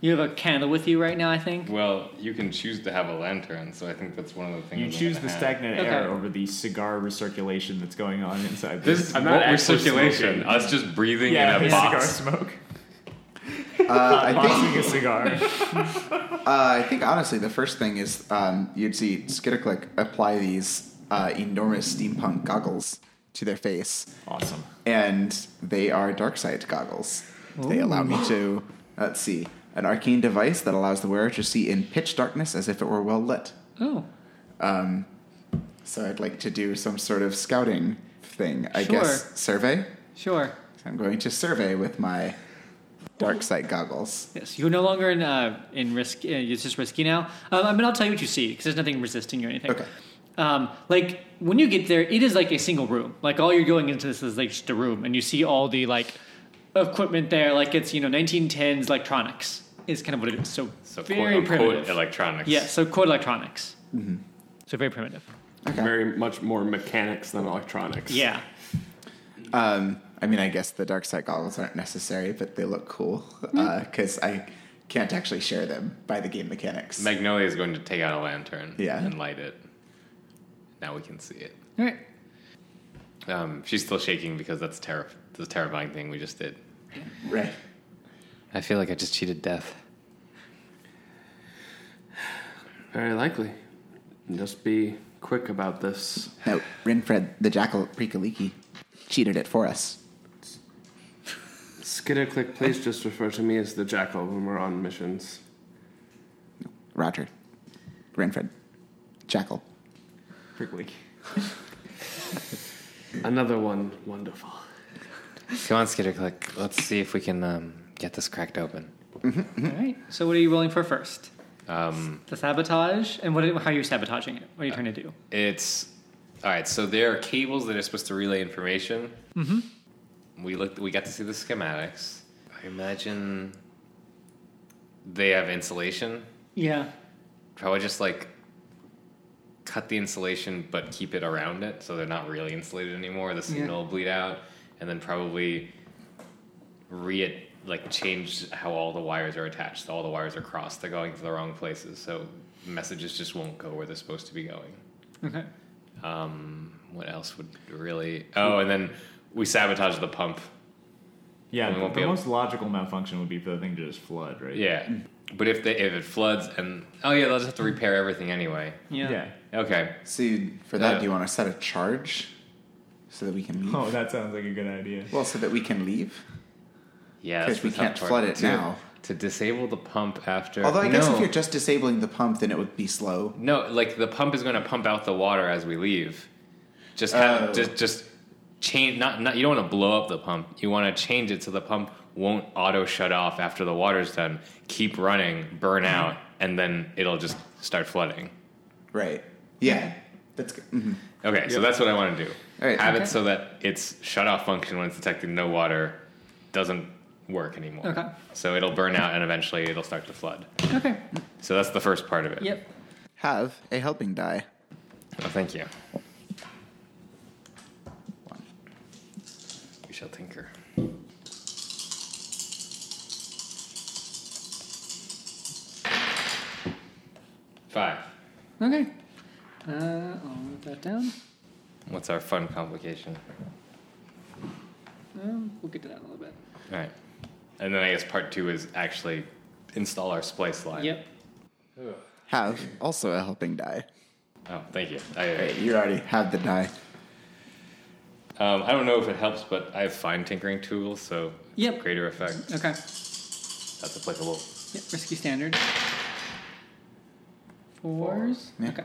Speaker 1: You have a candle with you right now, I think.
Speaker 5: Well, you can choose to have a lantern, so I think that's one of the things.
Speaker 4: You
Speaker 5: I'm
Speaker 4: choose
Speaker 5: gonna
Speaker 4: the
Speaker 5: have.
Speaker 4: stagnant
Speaker 1: Okay.
Speaker 4: air over the cigar recirculation that's going on inside.
Speaker 5: This is
Speaker 2: I'm
Speaker 5: I'm
Speaker 2: not
Speaker 5: not
Speaker 2: actually smoking.
Speaker 5: circulation. Us just breathing
Speaker 4: yeah,
Speaker 5: in a
Speaker 4: the cigar
Speaker 5: box.
Speaker 4: smoke.
Speaker 3: Uh, I think
Speaker 4: Boxing a cigar.
Speaker 3: Uh, I think honestly, the first thing is um, you'd see Skitterclick apply these uh, enormous steampunk goggles to their face,
Speaker 4: awesome.
Speaker 3: and they are dark side goggles. They allow me to let's see an arcane device that allows the wearer to see in pitch darkness as if it were well lit.
Speaker 1: Oh,
Speaker 3: So I'd like to do some sort of scouting thing, I guess.
Speaker 1: Sure.
Speaker 3: Survey.
Speaker 1: sure.
Speaker 3: I'm going to survey with my dark side goggles.
Speaker 1: Yes, you're no longer in uh, in risk. Uh, it's just risky now. Um, I mean, I'll tell you what you see because there's nothing resisting you or anything.
Speaker 3: Okay.
Speaker 1: Um, like when you get there, it is like a single room. Like all you're going into this is like just a room, and you see all the like equipment there. Like it's you know 1910s electronics is kind of what it is. So,
Speaker 5: So
Speaker 1: very
Speaker 5: quote unquote
Speaker 1: primitive.
Speaker 5: electronics.
Speaker 1: yeah, so quote electronics. So very primitive.
Speaker 2: Very much more mechanics than electronics.
Speaker 1: Yeah.
Speaker 3: Um, I mean, I guess the dark side goggles aren't necessary, but they look cool because I can't actually share them by the game mechanics.
Speaker 5: Magnolia is going to take out a lantern
Speaker 3: Yeah.
Speaker 5: and light it. Now we can see it.
Speaker 1: All right.
Speaker 5: Um, she's still shaking because that's terri- the terrifying thing we just did.
Speaker 3: right.
Speaker 5: I feel like I just cheated death.
Speaker 2: Very likely. Just be quick about this.
Speaker 3: Now, Rinfred, the jackal Prikaliki, cheated it for us.
Speaker 2: Skitterclick, please just refer to me as the jackal when we're on missions.
Speaker 3: Roger. Rinfred. Jackal.
Speaker 4: Prickly.
Speaker 2: Another one, wonderful.
Speaker 5: Come on, Skitterclick. Let's see if we can um, get this cracked open.
Speaker 1: All right. So what are you rolling for first?
Speaker 5: Um,
Speaker 1: The sabotage, and what? How are you sabotaging it? What are you trying to do?
Speaker 5: it's all right. So there are cables that are supposed to relay information. Mm-hmm. We looked. We got to see the schematics. I imagine they have insulation.
Speaker 1: Yeah.
Speaker 5: Probably just like cut the insulation, but keep it around it, so they're not really insulated anymore. The signal will bleed out, and then probably re like change how all the wires are attached. So all the wires are crossed. They're going to the wrong places, so messages just won't go where they're supposed to be going.
Speaker 1: Okay.
Speaker 5: Um, what else would really? Oh, and then we sabotage the pump.
Speaker 4: Yeah,
Speaker 5: We
Speaker 4: the,
Speaker 5: won't be
Speaker 4: the
Speaker 5: able-
Speaker 4: most logical malfunction would be for the thing to just flood, right?
Speaker 5: Yeah, but if they if it floods and oh yeah, they'll just have to repair everything anyway.
Speaker 1: Yeah.
Speaker 4: Yeah.
Speaker 5: Okay,
Speaker 3: So, you- for that,
Speaker 5: Yeah.
Speaker 3: do you want to set a charge so that we can leave?
Speaker 4: Oh, that sounds like a good idea.
Speaker 3: Well, so that we can leave?
Speaker 5: yeah, that's
Speaker 3: Because we
Speaker 5: the tough
Speaker 3: can't
Speaker 5: part.
Speaker 3: flood it
Speaker 5: to,
Speaker 3: now.
Speaker 5: To disable the pump after.
Speaker 3: Although, I guess
Speaker 5: no,
Speaker 3: if you're just disabling the pump, then it would be slow.
Speaker 5: no, like the pump is going to pump out the water as we leave. Just have
Speaker 3: Oh.
Speaker 5: just just change. Not not you don't want to blow up the pump. You want to change it so the pump won't auto shut off after the water's done. Keep running, burn
Speaker 3: Mm-hmm.
Speaker 5: out, and then it'll just start flooding.
Speaker 3: Right. Yeah. That's good. Mhm.
Speaker 5: Okay, so that's what I want to do.
Speaker 3: All right.
Speaker 5: Have
Speaker 3: Okay.
Speaker 5: it so that its shut off function when it's detecting no water doesn't work anymore.
Speaker 1: Okay.
Speaker 5: So it'll burn out and eventually it'll start to flood.
Speaker 1: Okay.
Speaker 5: So that's the first part of it.
Speaker 1: Yep.
Speaker 3: Have a helping die.
Speaker 5: Oh, thank you. We shall tinker. Five.
Speaker 1: Okay. Uh, I'll write that down.
Speaker 5: What's our fun complication?
Speaker 1: Um, we'll get to that in a little bit.
Speaker 5: All right. And then I guess part two is actually install our splice line.
Speaker 1: Yep.
Speaker 3: Have also a helping die.
Speaker 5: Oh, thank you. I,
Speaker 3: Right, you already have the die.
Speaker 5: um, I don't know if it helps, but I have fine tinkering tools, so it's
Speaker 1: Yep.
Speaker 5: greater effect.
Speaker 1: Okay.
Speaker 5: That's applicable.
Speaker 1: Yep. Risky standard. Fours?
Speaker 3: Yeah.
Speaker 1: Okay.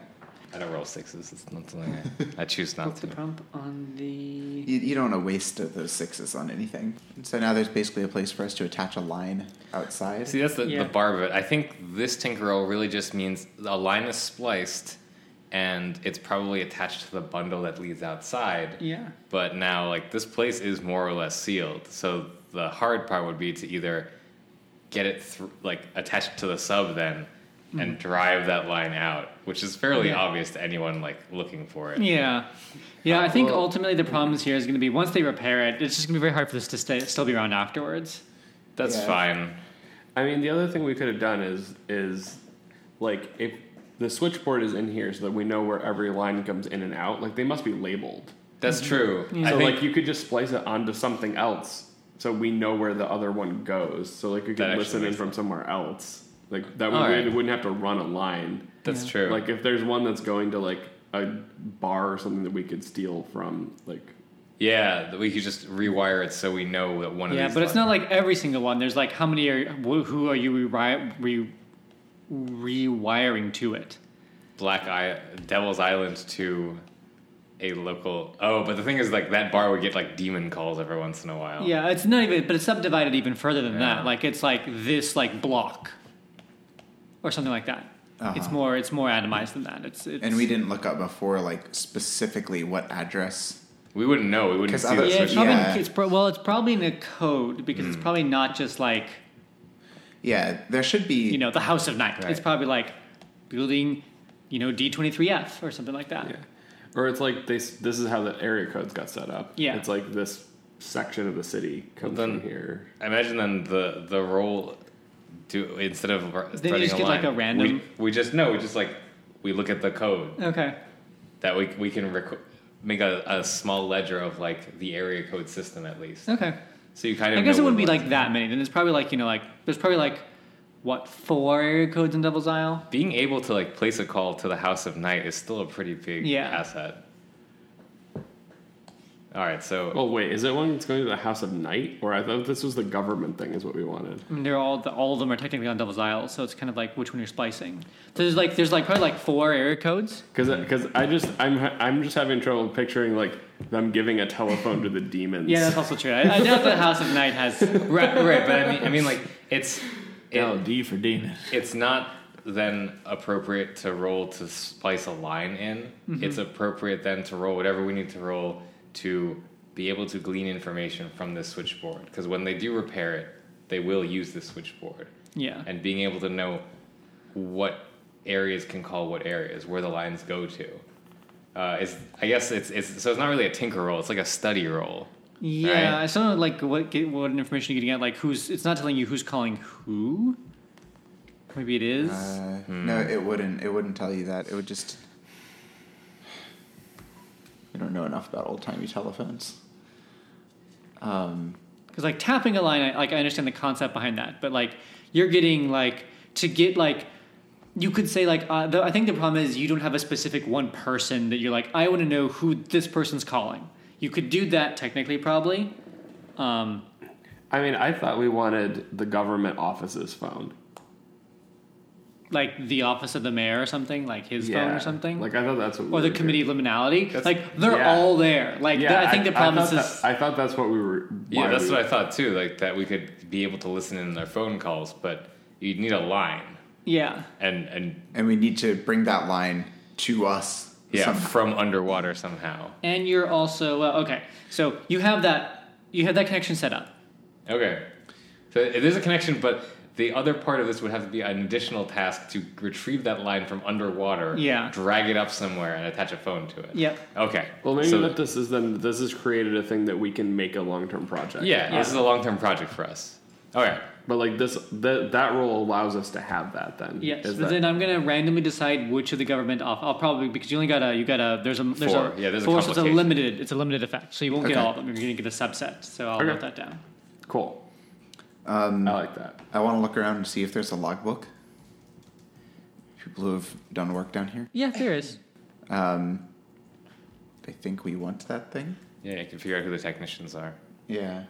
Speaker 5: I don't roll sixes. It's not something I, I choose not
Speaker 1: What's
Speaker 5: to.
Speaker 1: the prompt on the.
Speaker 3: You, you don't want to waste those sixes on anything. So now there's basically a place for us to attach a line outside.
Speaker 5: See, that's the,
Speaker 1: Yeah.
Speaker 5: the barb of it. I think this Tinkerell really just means a line is spliced, and it's probably attached to the bundle that leads outside.
Speaker 1: Yeah.
Speaker 5: But now, like this place is more or less sealed, so the hard part would be to either get it thr like attached to the sub then, and drive that line out, which is fairly
Speaker 1: Mm-hmm. Yeah.
Speaker 5: obvious to anyone like looking for it.
Speaker 1: Yeah. Yeah, I think
Speaker 5: well-
Speaker 1: ultimately the problems here is going to be once they repair it, it's just going to be very hard for this to stay, still be around afterwards.
Speaker 5: That's
Speaker 3: Yeah.
Speaker 5: fine.
Speaker 2: I mean, the other thing we could have done is is like if the switchboard is in here so that we know where every line comes in and out. Like they must be labeled.
Speaker 5: That's
Speaker 1: Mm-hmm.
Speaker 5: true. I
Speaker 2: so
Speaker 5: think
Speaker 2: like you could just splice it onto something else, so we know where the other one goes. So like you
Speaker 5: That
Speaker 2: could
Speaker 5: actually
Speaker 2: listen in
Speaker 5: makes
Speaker 2: from somewhere else. Like that would,
Speaker 5: All right.
Speaker 2: we wouldn't have to run a line.
Speaker 5: that's true.
Speaker 2: Like if there's one that's going to like a bar or something that we could steal from, like
Speaker 5: yeah, that we could just rewire it so we know that one of
Speaker 1: Yeah,
Speaker 5: these.
Speaker 1: but it's not
Speaker 5: lines-
Speaker 1: like every single one. There's like how many are wh- who are you rewi- re- rewiring to it?
Speaker 5: Black I- Devil's Island to a local. Oh, but the thing is, like that bar would get like demon calls every once in a while.
Speaker 1: Yeah, it's not even, but it's subdivided even further than
Speaker 5: Yeah.
Speaker 1: that. Like it's like this like block or something like that. It's
Speaker 3: Uh-huh.
Speaker 1: more it's more atomized than that. It's, it's
Speaker 3: And we didn't look up before, like specifically what address.
Speaker 5: we wouldn't know. We wouldn't
Speaker 3: 'Cause
Speaker 5: see
Speaker 3: other-
Speaker 5: the
Speaker 1: yeah, it's
Speaker 5: switch.
Speaker 3: Yeah.
Speaker 1: probably, It's pro- well, it's probably in a code because it's probably not just like
Speaker 3: Yeah, there should be.
Speaker 1: you know the House of Night. It's
Speaker 5: Right.
Speaker 1: probably like building, you know, D twenty three F or something like that.
Speaker 2: yeah, or it's like this. This is how the area codes got set up.
Speaker 1: Yeah.
Speaker 2: it's like this section of the city comes
Speaker 5: Well, then-
Speaker 2: from here.
Speaker 5: I imagine then the the role do instead of
Speaker 1: Then you just
Speaker 5: threading
Speaker 1: get,
Speaker 5: a
Speaker 1: like,
Speaker 5: line,
Speaker 1: a random-
Speaker 5: We, we just know. We just like we look at the code
Speaker 1: Okay.
Speaker 5: that we we can rec- make a, a small ledger of like the area code system at least.
Speaker 1: Okay.
Speaker 5: So you kind of.
Speaker 1: I guess it
Speaker 5: know
Speaker 1: wouldn't be
Speaker 5: what
Speaker 1: like
Speaker 5: lines-
Speaker 1: that many. Then there's probably like you know like there's probably like what four area codes in Devil's Isle.
Speaker 5: Being able to like place a call to the House of Night is still a pretty big
Speaker 1: Yeah.
Speaker 5: asset. All right, so
Speaker 2: Oh wait, is it one that's going to the House of Night? Or I thought this was the government thing, is what we wanted.
Speaker 1: I mean, they're all the, all of them are technically on Devil's Isle, so it's kind of like which one you're splicing. So there's like there's like probably like four area codes.
Speaker 2: Because because I just I'm I'm just having trouble picturing like them giving a telephone to the demons.
Speaker 1: Yeah, that's also true. I, I doubt the House of Night has.
Speaker 5: right, right, but I mean, I mean, like it's it,
Speaker 4: L D for demon.
Speaker 5: it's not then appropriate to roll to splice a line in. It's appropriate then to roll whatever we need to roll to be able to glean information from this switchboard. Because when they do repair it, they will use this switchboard,
Speaker 1: Yeah.
Speaker 5: and being able to know what areas can call what areas, where the lines go to. Uh, is I guess it's it's so it's not really a tinker roll. It's like a study roll.
Speaker 1: Yeah,
Speaker 5: Right.
Speaker 1: it's not like what get, what information you're getting at. Like who's? It's not telling you who's calling who. Maybe it is.
Speaker 3: Uh, No, it wouldn't. It wouldn't tell you that. It would just. I don't know enough about old timey telephones. Um,
Speaker 1: Because like tapping a line, I, like I understand the concept behind that, but like you're getting like to get like you could say like uh, the, I think the problem is you don't have a specific one person that you're like I want to know who this person's calling. You could do that technically probably. Um,
Speaker 2: I mean, I thought we wanted the government office's phone.
Speaker 1: like the office of the mayor or something, like his phone or something,
Speaker 2: Like I thought that's what. we
Speaker 1: or the
Speaker 2: were
Speaker 1: committee of liminality.
Speaker 2: That's-
Speaker 1: Like they're
Speaker 2: yeah.
Speaker 1: all there. Like
Speaker 2: doing.
Speaker 1: th- I think the problem is
Speaker 2: thought that- I thought that's what we were.
Speaker 5: Yeah,
Speaker 2: why
Speaker 5: that's
Speaker 2: we-
Speaker 5: what I thought too. Like that we could be able to listen in their phone calls, but you'd need a line
Speaker 1: yeah.
Speaker 5: and and
Speaker 3: and we need to bring that line to us.
Speaker 5: yeah
Speaker 3: somehow.
Speaker 5: from underwater somehow.
Speaker 1: And you're also uh, okay. So you have that you have that connection set up.
Speaker 5: Okay, so it is a connection, but the other part of this would have to be an additional task to retrieve that line from underwater.
Speaker 1: Yeah.
Speaker 5: drag it up somewhere and attach a phone to it.
Speaker 1: Yep.
Speaker 5: Okay.
Speaker 2: Well, maybe
Speaker 5: So-
Speaker 2: that this is then this has created a thing that we can make a long term project.
Speaker 5: yeah, Oh,
Speaker 1: Yeah.
Speaker 5: this is a long term project for us. Okay.
Speaker 2: But like this, that that role allows us to have that then.
Speaker 1: Yes.
Speaker 2: Is
Speaker 1: but
Speaker 2: that-
Speaker 1: then I'm gonna randomly decide which of the government off. I'll probably because you only got a you got a there's a there's
Speaker 5: Four.
Speaker 1: a
Speaker 5: Yeah, there's a
Speaker 1: four, so it's a
Speaker 5: complication.
Speaker 1: limited it's a limited effect. So you won't get
Speaker 3: Okay.
Speaker 1: all of them. You're gonna get a subset. So I'll
Speaker 2: Okay.
Speaker 1: note that down.
Speaker 2: cool.
Speaker 3: Um,
Speaker 2: I like that.
Speaker 3: I want to look around and see if there's a logbook. People who have done work down here.
Speaker 1: Yeah, there is.
Speaker 3: Um, I think we want that thing.
Speaker 5: Yeah, you can figure out who the technicians are.
Speaker 3: Yeah.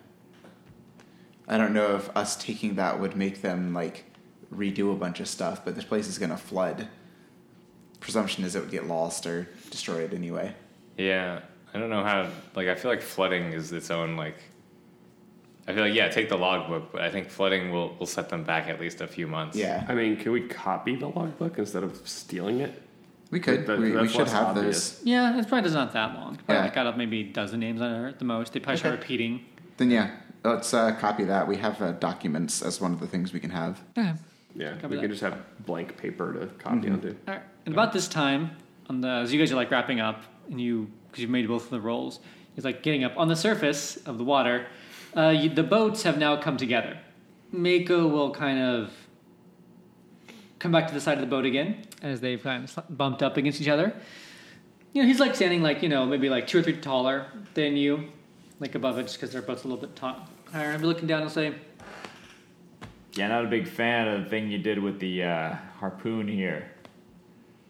Speaker 3: I don't know if us taking that would make them like redo a bunch of stuff, but this place is gonna flood. presumption is it would get lost or destroyed anyway.
Speaker 5: Yeah, I don't know how. Like, I feel like flooding is its own like. I feel like yeah, take the logbook, but I think flooding will will set them back at least a few months.
Speaker 3: Yeah,
Speaker 2: I mean, can we copy the logbook instead of stealing it?
Speaker 3: we could.
Speaker 2: That-
Speaker 3: we we
Speaker 2: that's
Speaker 3: should
Speaker 2: less
Speaker 3: have
Speaker 2: obvious.
Speaker 3: those.
Speaker 1: Yeah, it's probably not that long. Probably
Speaker 3: Yeah.
Speaker 1: like got up maybe a dozen names on her at the most. They probably start
Speaker 3: Okay.
Speaker 1: repeating.
Speaker 3: Then yeah, let's uh, copy that. We have uh, documents as one of the things we can have.
Speaker 1: Okay.
Speaker 2: Yeah,
Speaker 1: Copy
Speaker 2: we
Speaker 1: that.
Speaker 2: can just have blank paper to copy onto.
Speaker 1: All right. And about this time, on the as you guys are like wrapping up, and you because you've made both of the rolls, he's like getting up on the surface of the water. Uh, you, the boats have now come together. Mako will kind of come back to the side of the boat again as they've kind of sl- bumped up against each other. You know, he's like standing like you know maybe like two or three taller than you, like above it, just because they're both a little bit ta- higher. I'll be looking down and say,
Speaker 4: Yeah, not a big fan of the thing you did with the uh, harpoon here.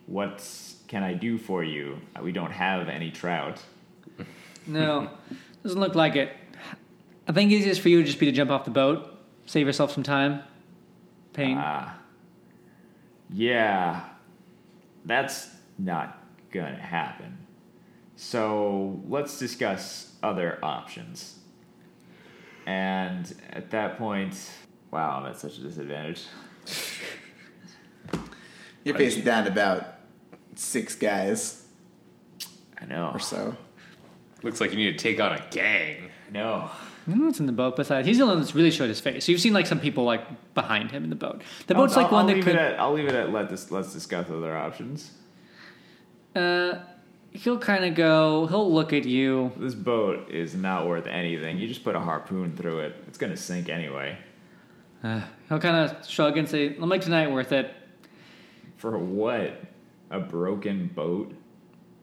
Speaker 4: What can I do for you? Uh, We don't have any trout.
Speaker 1: No, doesn't look like it. I think easiest for you would just be to jump off the boat, save yourself some time, pain.
Speaker 4: Ah. yeah, that's not gonna happen. So let's discuss other options. And at that point, wow, I'm at such a disadvantage.
Speaker 3: You're facing down about six guys
Speaker 4: I know.
Speaker 3: or so.
Speaker 5: Looks like you need to take on a gang.
Speaker 4: I know.
Speaker 1: I don't know what's in the boat besides he's the one that's really showed his face. So you've seen like some people like behind him in the boat. The boat's
Speaker 4: I'll-
Speaker 1: like
Speaker 4: I'll-
Speaker 1: one
Speaker 4: I'll
Speaker 1: that
Speaker 4: leave
Speaker 1: could.
Speaker 4: It at, I'll leave it at let this. Let's discuss other options.
Speaker 1: uh, he'll kind of go. He'll look at you.
Speaker 4: This boat is not worth anything. You just put a harpoon through it. It's gonna sink anyway.
Speaker 1: Uh, he'll kind of shrug and say, "I'll make tonight worth it."
Speaker 4: For what? A broken boat?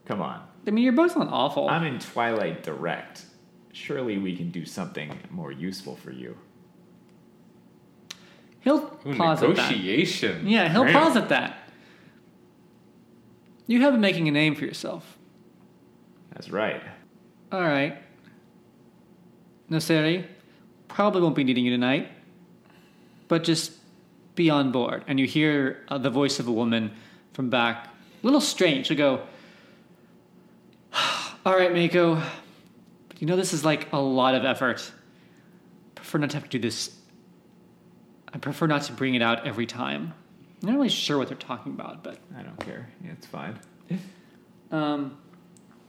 Speaker 4: Come on.
Speaker 1: I mean, your boat's not awful.
Speaker 4: I'm in Twilight Direct. Surely we can do something more useful for you.
Speaker 1: he'll
Speaker 5: Ooh,
Speaker 1: pause at that.
Speaker 5: negotiation.
Speaker 1: Yeah, he'll
Speaker 5: Damn.
Speaker 1: pause at that. You have been making a name for yourself.
Speaker 4: That's right.
Speaker 1: All right. No, Sari, probably won't be needing you tonight, but just be on board. And you hear uh, the voice of a woman from back, a little strange. She'll go, All right, Mako, but you know this is like a lot of effort. prefer not to have to do this. I prefer not to bring it out every time. I'm not really sure what they're talking about, but
Speaker 4: I don't care. Yeah, it's fine.
Speaker 1: um,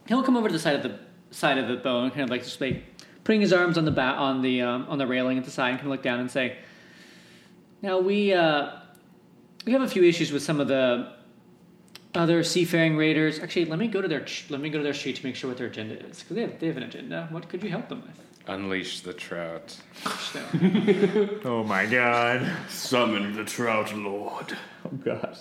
Speaker 1: he'll come over to the side of the side of the boat and kind of like just like putting his arms on the bat on the um, on the railing at the side and kind of look down and say, "Now we uh, we have a few issues with some of the other seafaring raiders. Actually, let me go to their ch- let me go to their sheet to make sure what their agenda is because they have they have an agenda. What could you help them with?
Speaker 5: Unleash the trout.
Speaker 1: So,
Speaker 4: Oh my god.
Speaker 2: Summon the Trout Lord.
Speaker 4: Oh gosh.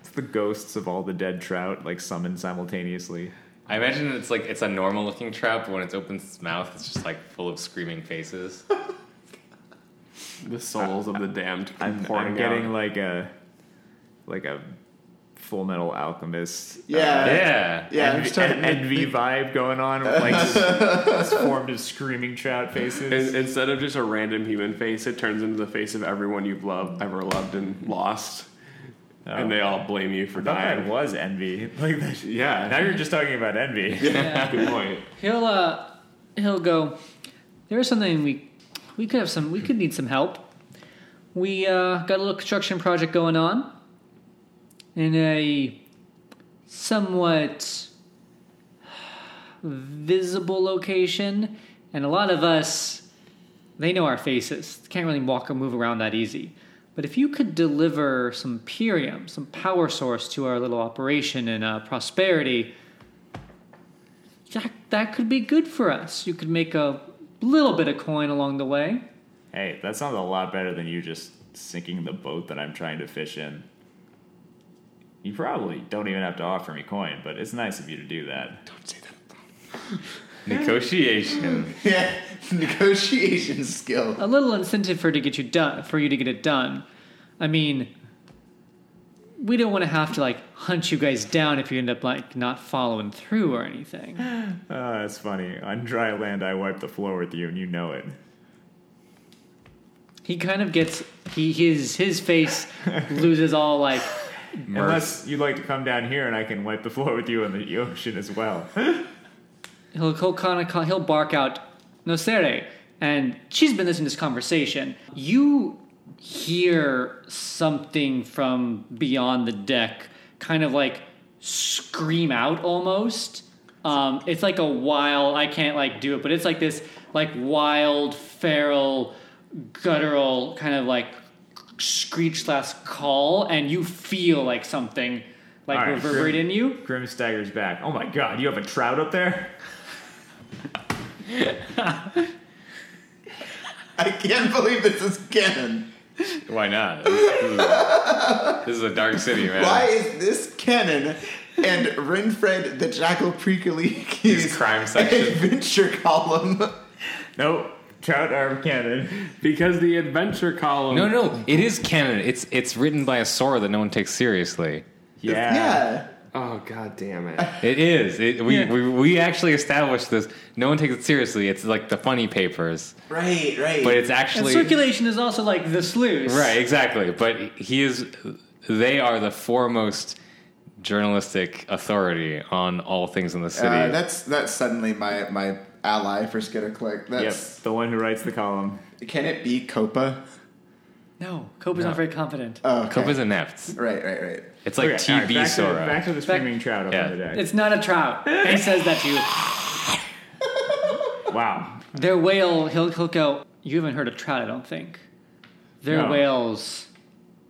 Speaker 4: It's the ghosts of all the dead trout, like summoned simultaneously.
Speaker 5: I imagine it's like it's a normal looking trout, but when it opens its mouth, it's just like full of screaming faces.
Speaker 2: The souls of the damned. come
Speaker 4: I'm,
Speaker 2: pouring
Speaker 4: I'm getting
Speaker 2: out.
Speaker 4: like a like a Full Metal Alchemist
Speaker 3: Yeah.
Speaker 5: yeah.
Speaker 3: Yeah, I'm
Speaker 4: envy,
Speaker 3: starting to
Speaker 4: en-
Speaker 3: make-
Speaker 4: envy vibe going on with like this, this formed of screaming trout faces.
Speaker 2: In- instead of just a random human face, it turns into the face of everyone you've loved, ever loved, and lost, and they all blame you for
Speaker 4: Thought that
Speaker 2: dying.
Speaker 4: was envy. Like that-
Speaker 2: Yeah.
Speaker 4: now you're just talking about envy.
Speaker 1: yeah.
Speaker 2: Good point.
Speaker 1: He'll uh, he'll go. There is something we we could have some we could need some help. We uh, got a little construction project going on in a somewhat visible location, and a lot of us they know our faces. Can't really walk or move around that easy. But if you could deliver some Purium, some power source to our little operation in uh, Prosperity, that, that could be good for us. You could make a little bit of coin along the way.
Speaker 4: Hey, that sounds a lot better than you just sinking the boat that I'm trying to fish in. You probably don't even have to offer me coin, but it's nice of you to do that.
Speaker 5: Negotiation.
Speaker 3: Yeah. Negotiation skill.
Speaker 1: A little incentive for to get you done, for you to get it done. I mean, we don't want to have to like hunt you guys down if you end up like not following through or anything.
Speaker 4: Oh, that's funny. On dry land, I wipe the floor with you, and you know it.
Speaker 1: He kind of gets he his his face loses all like
Speaker 4: Unless you'd like to come down here and I can wipe the floor with you in the ocean as well.
Speaker 1: He'll, he'll kind of he'll bark out "Nocere," and she's been listening to this conversation. You hear something from beyond the deck, kind of like scream out almost. Um, it's like a wild. I can't like do it, but it's like this like wild, feral, guttural kind of like screech slash call, and you feel like something like
Speaker 4: All right, sure.
Speaker 1: reverberate in you.
Speaker 4: Grim staggers back. Oh my god, you have a trout up there?
Speaker 3: I can't believe this is canon.
Speaker 5: Why not? This this is, a, this is a dark city, man.
Speaker 3: Why is this canon? And Renfred the Jackal Prequely
Speaker 5: crime section.
Speaker 3: adventure column.
Speaker 4: Nope. Trout arm cannon.
Speaker 2: Because the adventure column.
Speaker 5: No, no, it is canon. It's it's written by a Sora that no one takes seriously.
Speaker 4: Yeah.
Speaker 3: Yeah.
Speaker 2: Oh god damn it!
Speaker 5: It is. It, we, we we actually established this. No one takes it seriously. It's like the funny papers,
Speaker 3: Right, right.
Speaker 5: but it's
Speaker 1: And
Speaker 5: actually
Speaker 1: circulation is also like the sluice.
Speaker 5: right. Exactly. But he is. They are the foremost journalistic authority on all things in the city.
Speaker 3: Uh, that's that's suddenly my my ally for Skitter Click.
Speaker 4: Yep,
Speaker 3: That's
Speaker 4: the one who writes the column.
Speaker 3: can it be Copa?
Speaker 1: No, Cope is
Speaker 5: No.
Speaker 1: not very confident.
Speaker 3: Oh, okay.
Speaker 5: Copa's inept.
Speaker 3: Right, right, right.
Speaker 5: It's like
Speaker 4: Okay, all right, back, to,
Speaker 5: TV
Speaker 4: the-
Speaker 5: Sora.
Speaker 4: back to the screaming trout up
Speaker 5: Yeah.
Speaker 4: on the deck.
Speaker 1: It's not a trout. he says that to you.
Speaker 4: wow.
Speaker 1: Their whale, he'll, he'll go, You haven't heard of trout, I don't think. Their
Speaker 4: No.
Speaker 1: whales,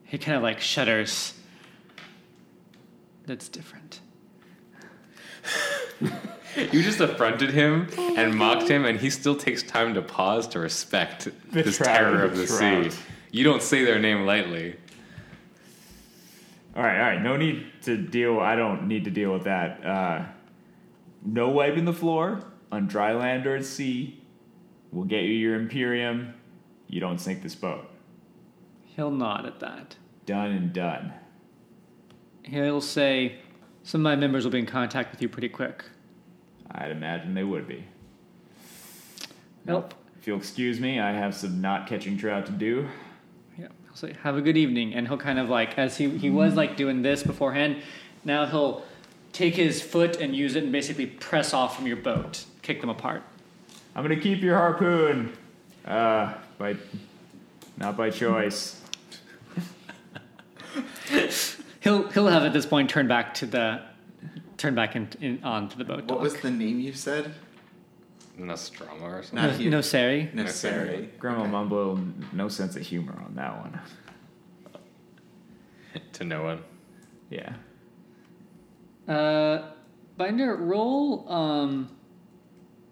Speaker 1: he kind of like shudders. That's different.
Speaker 5: You just affronted him
Speaker 1: Oh
Speaker 5: and mocked him, and he still takes time to pause to respect this
Speaker 4: trout,
Speaker 5: terror of
Speaker 4: the
Speaker 5: the
Speaker 4: trout.
Speaker 5: sea. You don't say their name lightly.
Speaker 4: All right, all right. No need to deal. I don't need to deal with that. Uh, no wiping the floor on dry land or at sea. We'll get you your Imperium. You don't sink this boat.
Speaker 1: He'll nod at that.
Speaker 4: Done and done.
Speaker 1: He'll say, Some of my members will be in contact with you pretty quick.
Speaker 4: I'd imagine they would be.
Speaker 1: Nope.
Speaker 4: If you'll excuse me, I have some not catching trout to do.
Speaker 1: Yeah, he'll say, "Have a good evening," and he'll kind of like, as he he was like doing this beforehand, now he'll take his foot and use it and basically press off from your boat, kick them apart.
Speaker 4: I'm gonna keep your harpoon. Uh, by not by choice.
Speaker 1: He'll he'll have at this point turn back to the turn back in, in onto the boat.
Speaker 3: What was the name you said?
Speaker 5: Nostromo or something.
Speaker 3: Not
Speaker 1: no,
Speaker 3: you.
Speaker 1: no Sari?
Speaker 3: no,
Speaker 5: Necessary.
Speaker 3: sorry.
Speaker 4: Grandma Mumbo, no sense of humor on that one.
Speaker 5: To no one.
Speaker 4: Yeah.
Speaker 1: Uh, Binder, roll. Um,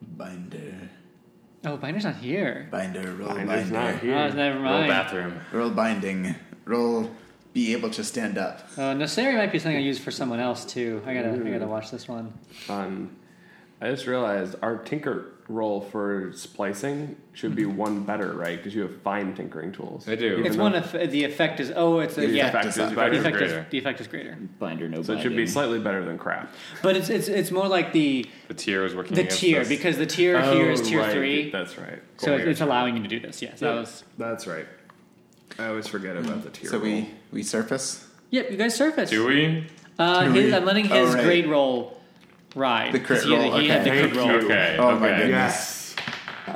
Speaker 3: Binder.
Speaker 1: oh, Binder's not here.
Speaker 3: Binder. Roll
Speaker 2: And it's
Speaker 3: binder.
Speaker 2: not
Speaker 1: Oh,
Speaker 2: here.
Speaker 1: never
Speaker 5: Roll
Speaker 1: mind.
Speaker 5: bathroom.
Speaker 3: Roll binding. Roll. Be able to stand up.
Speaker 1: Uh, Noseri might be something I use for someone else too. I gotta I gotta watch this one.
Speaker 2: Um, I just realized our tinker roll for splicing should be one better, right? Because you have fine tinkering tools.
Speaker 5: I do.
Speaker 2: Even
Speaker 1: It's
Speaker 2: though-
Speaker 1: one. Eff- the effect is oh, it's a,
Speaker 3: The
Speaker 1: yeah.
Speaker 3: effect
Speaker 2: Factors
Speaker 3: is up.
Speaker 2: better.
Speaker 1: The effect is
Speaker 5: greater.
Speaker 1: the effect is greater.
Speaker 4: Binder no.
Speaker 2: So it should be slightly better than crap.
Speaker 1: But it's it's it's more like the
Speaker 5: The tier is working.
Speaker 1: the
Speaker 5: against
Speaker 1: tier
Speaker 5: us.
Speaker 1: because the tier here is tier
Speaker 2: Oh, right.
Speaker 1: three,
Speaker 2: That's right.
Speaker 1: so it's, it's allowing you to do this. Yes, that was.
Speaker 2: That's right. I always forget about the tier.
Speaker 3: So we we surface
Speaker 1: Yep, you guys surface.
Speaker 5: Do we?
Speaker 1: Uh,
Speaker 3: Do
Speaker 1: his,
Speaker 3: we?
Speaker 1: I'm letting
Speaker 3: Oh,
Speaker 1: his
Speaker 3: right.
Speaker 1: great roll ride.
Speaker 3: the crit
Speaker 1: 'cause he,
Speaker 3: roll.
Speaker 1: He had the
Speaker 3: okay.
Speaker 1: crit
Speaker 5: Thank
Speaker 1: roll.
Speaker 5: you. Okay.
Speaker 3: Oh
Speaker 5: okay.
Speaker 3: my goodness.
Speaker 2: Yes.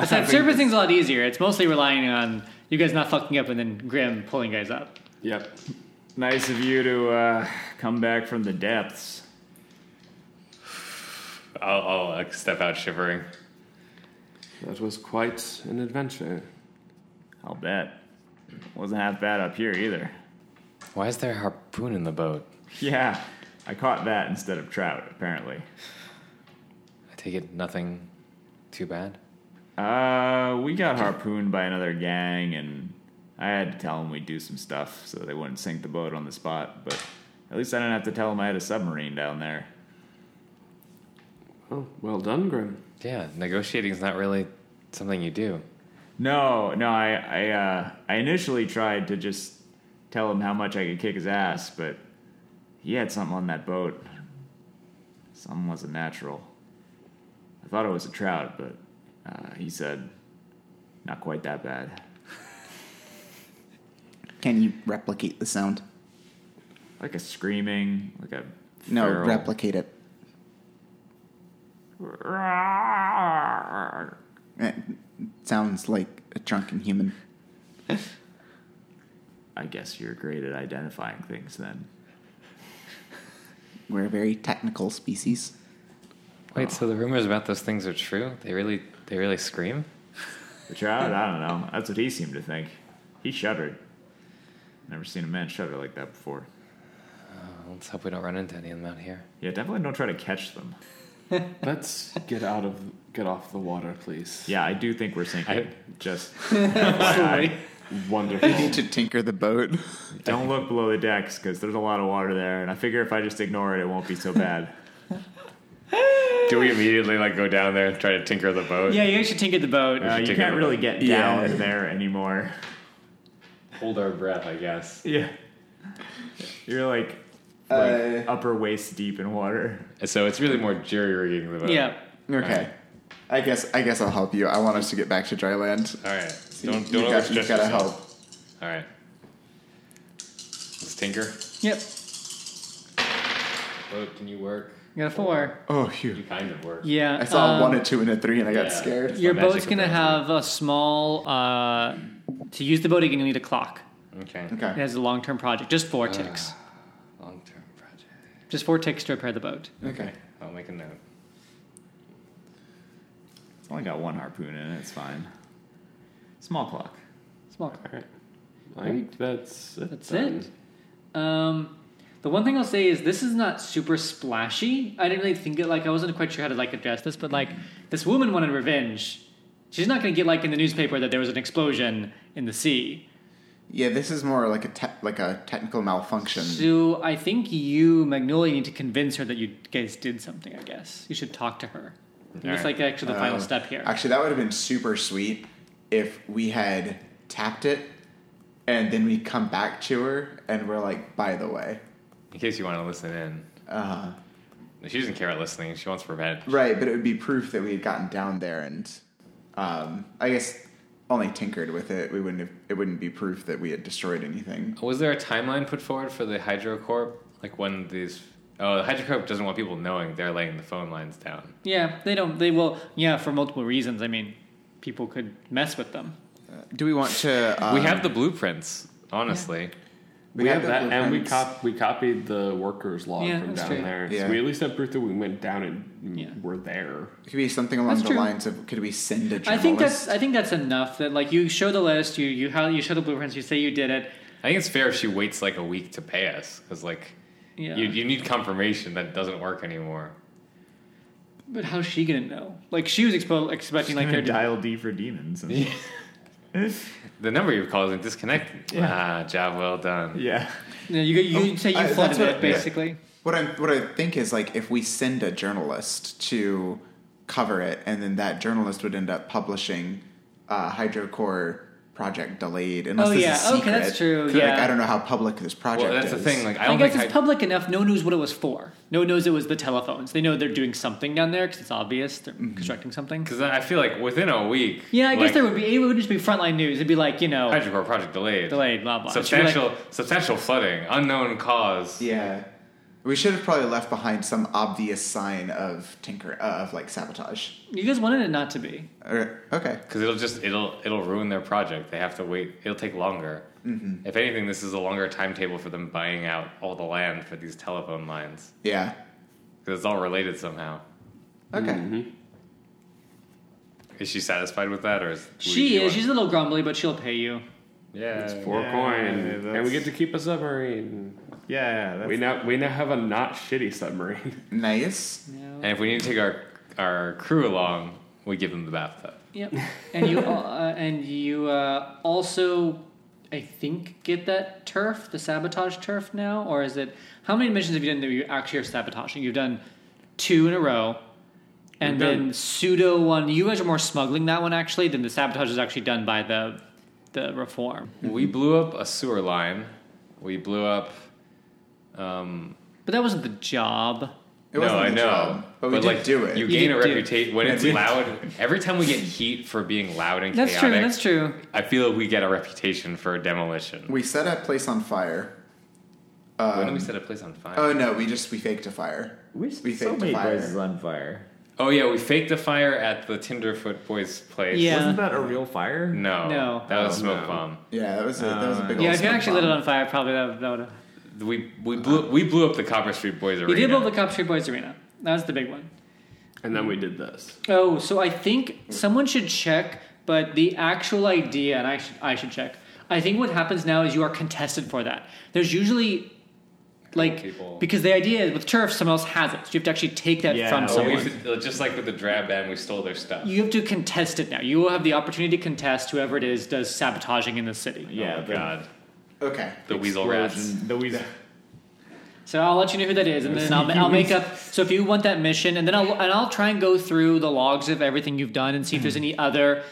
Speaker 1: Besides, surfacing's a lot easier. It's mostly relying on you guys not fucking up and then Grim pulling guys up.
Speaker 2: Yep.
Speaker 4: Nice of you to uh, come back from the depths.
Speaker 5: I'll, I'll like, step out shivering.
Speaker 2: That was quite an adventure.
Speaker 4: I'll bet. Wasn't half bad up here either.
Speaker 5: Why is there a harpoon in the boat?
Speaker 4: Yeah, I caught that instead of trout, apparently.
Speaker 5: I take it nothing too bad.
Speaker 4: Uh, we got harpooned by another gang, and I had to tell them we'd do some stuff so they wouldn't sink the boat on the spot, but at least I didn't have to tell them I had a submarine down there.
Speaker 2: Oh, well done, Grim.
Speaker 5: Yeah, negotiating is not really something you do.
Speaker 4: No, no, I I, uh, I initially tried to just tell him how much I could kick his ass, but he had something on that boat. Something wasn't natural. I thought it was a trout, but uh, he said not quite that bad.
Speaker 3: Can you replicate the sound?
Speaker 4: Like a screaming, like a
Speaker 3: No,
Speaker 4: feral-
Speaker 3: replicate it. Eh, sounds like a drunken human.
Speaker 4: I guess you're great at identifying things then.
Speaker 3: We're a very technical species.
Speaker 6: Wait, so the rumors about those things are true? They really, they really scream?
Speaker 4: The child, I don't know. That's what he seemed to think. He shuddered. Never seen a man shudder like that before.
Speaker 6: Let's hope we don't run into any of them out here.
Speaker 4: Yeah, definitely don't try to catch them.
Speaker 2: Let's get out of get off the water, please.
Speaker 4: Yeah, I do think we're sinking. Just
Speaker 2: Wonderful.
Speaker 3: to tinker the boat.
Speaker 4: don't look below the decks because there's a lot of water there, and I figure if I just ignore it, it won't be so bad.
Speaker 5: Do we immediately like go down there and try to tinker the boat?
Speaker 1: Yeah, you guys should tinker the boat.
Speaker 4: Uh, you
Speaker 5: take
Speaker 4: can't
Speaker 5: a-
Speaker 4: really get down in there anymore.
Speaker 5: Hold our breath, I guess.
Speaker 4: Yeah, you're like, like upper waist deep in water.
Speaker 5: So it's really more jury rigging the boat.
Speaker 1: yeah.
Speaker 3: Okay. I guess I guess I'll help you. I want us to get back to dry land.
Speaker 5: All right. Don't
Speaker 3: you,
Speaker 5: don't
Speaker 3: got, you
Speaker 5: overstretch
Speaker 3: gotta
Speaker 5: yourself.
Speaker 3: help.
Speaker 5: All right. Let's tinker.
Speaker 1: Yep.
Speaker 5: Boat, can you work?
Speaker 1: You got a four.
Speaker 3: Oh, phew.
Speaker 5: You kind of work.
Speaker 1: Yeah.
Speaker 3: I saw
Speaker 1: um,
Speaker 3: a one, a two, and a three, and I got
Speaker 5: yeah.
Speaker 3: scared.
Speaker 1: Your
Speaker 5: My
Speaker 1: boat's
Speaker 5: magic
Speaker 1: gonna
Speaker 5: ability.
Speaker 1: have a small. Uh, to use the boat again, you need a clock.
Speaker 5: Okay.
Speaker 3: Okay.
Speaker 1: It has a long-term project, just
Speaker 3: Uh.
Speaker 1: four ticks,
Speaker 6: Long term project.
Speaker 1: just four ticks to repair the boat.
Speaker 3: Okay.
Speaker 5: I'll make a note.
Speaker 4: It's only got one harpoon in it. It's fine. Small clock.
Speaker 1: Small clock.
Speaker 2: I think that's it.
Speaker 1: That's
Speaker 2: then.
Speaker 1: it. Um, the one thing I'll say is this is not super splashy. I didn't really think it like I wasn't quite sure how to like address this, but like this woman wanted revenge. She's not gonna get like in the newspaper that there was an explosion in the sea.
Speaker 3: Yeah, this is more like a te- like a technical malfunction.
Speaker 1: So I think you, Magnolia, need to convince her that you guys did something. I guess you should talk to her. That's like actually the final
Speaker 3: Um,
Speaker 1: step here.
Speaker 3: Actually, that would have been super sweet if we had tapped it, and then we come back to her, and we're like, by the way,
Speaker 5: In case you want to listen in.
Speaker 3: uh,
Speaker 5: She doesn't care about listening. She wants revenge.
Speaker 3: right? But it would be proof that we had gotten down there, and um, I guess only tinkered with it. We wouldn't have. It wouldn't be proof that we had destroyed anything.
Speaker 5: Was there a timeline put forward for the HydroCorp? Like when these? Oh, the HydroCorp doesn't want people knowing they're laying the phone lines down.
Speaker 1: yeah, they don't. They will. Yeah, for multiple reasons. I mean, people could mess with them.
Speaker 3: Do we want to? Um,
Speaker 5: we have the blueprints, honestly.
Speaker 2: We, have
Speaker 3: the
Speaker 2: that, and we
Speaker 3: blueprints.
Speaker 2: cop we copied the workers log
Speaker 1: Yeah,
Speaker 2: from
Speaker 1: that's
Speaker 2: down
Speaker 1: true.
Speaker 2: there.
Speaker 3: Yeah.
Speaker 2: So we at least have proof that we went down and
Speaker 1: Yeah.
Speaker 2: were there.
Speaker 5: Uh,
Speaker 3: It could be something along
Speaker 1: That's
Speaker 3: the
Speaker 1: true.
Speaker 3: lines of could we send a journalist?
Speaker 1: I think that's I think that's enough. That like you show the list, you you how you show the blueprints, you say you did it.
Speaker 5: I think it's fair if she waits like a week to pay us, because like
Speaker 1: Yeah.
Speaker 5: you, you need confirmation that it doesn't work anymore.
Speaker 1: but how's she gonna know? Like she was expo- expecting like their
Speaker 4: dial D for demons. And,
Speaker 5: The number you've called is disconnected. Ah, job well done.
Speaker 4: yeah.
Speaker 1: you you, you say you
Speaker 3: I- that's
Speaker 1: flooded
Speaker 3: what-
Speaker 1: it basically.
Speaker 3: What I what I think is like if we send a journalist to cover it, and then that journalist would end up publishing uh, HydroCore project delayed. Unless
Speaker 1: Oh,
Speaker 3: this
Speaker 1: yeah.
Speaker 3: is
Speaker 1: Okay,
Speaker 3: secret.
Speaker 1: that's true,
Speaker 3: Like,
Speaker 1: yeah.
Speaker 3: I don't know how public this project
Speaker 5: Well, that's the
Speaker 3: is.
Speaker 5: thing. Like I
Speaker 1: I,
Speaker 5: don't
Speaker 1: guess
Speaker 5: think
Speaker 1: it's
Speaker 5: hyd-
Speaker 1: public enough. No one knows what it was for. No one knows it was the telephones. They know they're doing something down there because it's obvious they're constructing something.
Speaker 5: Because I feel like within a week.
Speaker 1: Yeah, I guess
Speaker 5: like,
Speaker 1: there would be. It would just be frontline news. It'd be like you know
Speaker 5: Hydrocore project delayed.
Speaker 1: delayed, blah blah. It should be like-
Speaker 5: Substantial, substantial flooding, unknown cause.
Speaker 3: yeah, we should have probably left behind some obvious sign of tinker uh, of like sabotage.
Speaker 1: you guys wanted it not to be.
Speaker 3: Or, okay,
Speaker 5: Because it'll just it'll it'll ruin their project. They have to wait. It'll take longer.
Speaker 3: Mm-hmm.
Speaker 5: If anything, this is a longer timetable for them buying out all the land for these telephone lines
Speaker 3: yeah,
Speaker 5: because it's all related somehow.
Speaker 3: okay.
Speaker 5: Mm-hmm. Is she satisfied with that, or is do
Speaker 1: She
Speaker 5: you
Speaker 1: is.
Speaker 5: want-
Speaker 1: She's a little grumbly, but she'll pay you.
Speaker 5: yeah?
Speaker 2: It's four
Speaker 4: Yeah,
Speaker 2: coin, and
Speaker 4: that's-
Speaker 2: we get to keep a submarine.
Speaker 4: Yeah, that's,
Speaker 2: We now we now have a not shitty submarine.
Speaker 3: Nice.
Speaker 5: and if we need to take our our crew along, we give them the bathtub.
Speaker 1: Yep. And you uh, and you uh, also, I think, get that turf, the sabotage turf now, or is it? How many missions have you done that you actually are sabotaging? You've done two in a row, and
Speaker 2: We've
Speaker 1: then
Speaker 2: done-
Speaker 1: pseudo one. You guys are more smuggling that one actually than the sabotage is actually done by the the reform.
Speaker 5: We blew up a sewer line. We blew up. Um,
Speaker 1: But that wasn't the job.
Speaker 3: It
Speaker 5: no,
Speaker 3: wasn't
Speaker 5: I
Speaker 3: the
Speaker 5: know,
Speaker 3: job, but we did
Speaker 5: like,
Speaker 3: do it.
Speaker 5: You,
Speaker 1: You
Speaker 5: gain a
Speaker 1: did do it.
Speaker 5: reputation when
Speaker 3: Yeah,
Speaker 5: it's
Speaker 3: we-
Speaker 5: loud. Every time we get heat for being loud and
Speaker 1: That's
Speaker 5: chaotic,
Speaker 1: true. That's true.
Speaker 5: I feel we get a reputation for demolition.
Speaker 3: we set a place on fire.
Speaker 5: Why don't we set a place on fire?
Speaker 3: Um, Oh no, we just we faked a fire.
Speaker 4: We,
Speaker 3: We
Speaker 4: so
Speaker 3: faked a
Speaker 4: many
Speaker 3: fire.
Speaker 4: places on fire.
Speaker 5: oh yeah, we faked a fire at the Tinderfoot boys' place.
Speaker 1: Yeah.
Speaker 4: Wasn't that a real fire?
Speaker 5: No.
Speaker 1: No.
Speaker 5: That was
Speaker 4: Oh,
Speaker 5: smoke
Speaker 4: no.
Speaker 5: bomb.
Speaker 3: Yeah, that was a, that was a big.
Speaker 1: Uh, yeah,
Speaker 3: old
Speaker 1: if you
Speaker 3: smoke
Speaker 1: actually lit it
Speaker 3: bomb.
Speaker 1: on fire, probably that would. That would
Speaker 5: We we blew we blew up the Copper Street Boys arena.
Speaker 1: you did blow the Cop Street Boys arena. That was the big one.
Speaker 2: And then we did this.
Speaker 1: Oh, so I think someone should check, but the actual idea, and I should, I should check. I think what happens now is you are contested for that. There's usually, like,
Speaker 5: people-
Speaker 1: because the idea is with turf, someone else has it. So you have to actually take that
Speaker 4: Yeah,
Speaker 1: from
Speaker 4: well,
Speaker 5: So Oh, we
Speaker 1: someone.
Speaker 5: used to- uh, just like with the drab band, we stole their stuff.
Speaker 1: You have to contest it now. You will have the opportunity to contest whoever it is does sabotaging in the city.
Speaker 4: Yeah.
Speaker 5: oh,
Speaker 4: the
Speaker 5: God,
Speaker 3: Okay.
Speaker 5: the weasel rats.
Speaker 4: explosion- The weasel.
Speaker 1: So I'll let you know who that is, and then I'll, I'll make up. So if you want that mission, and then I'll and I'll try and go through the logs of everything you've done and see if there's any other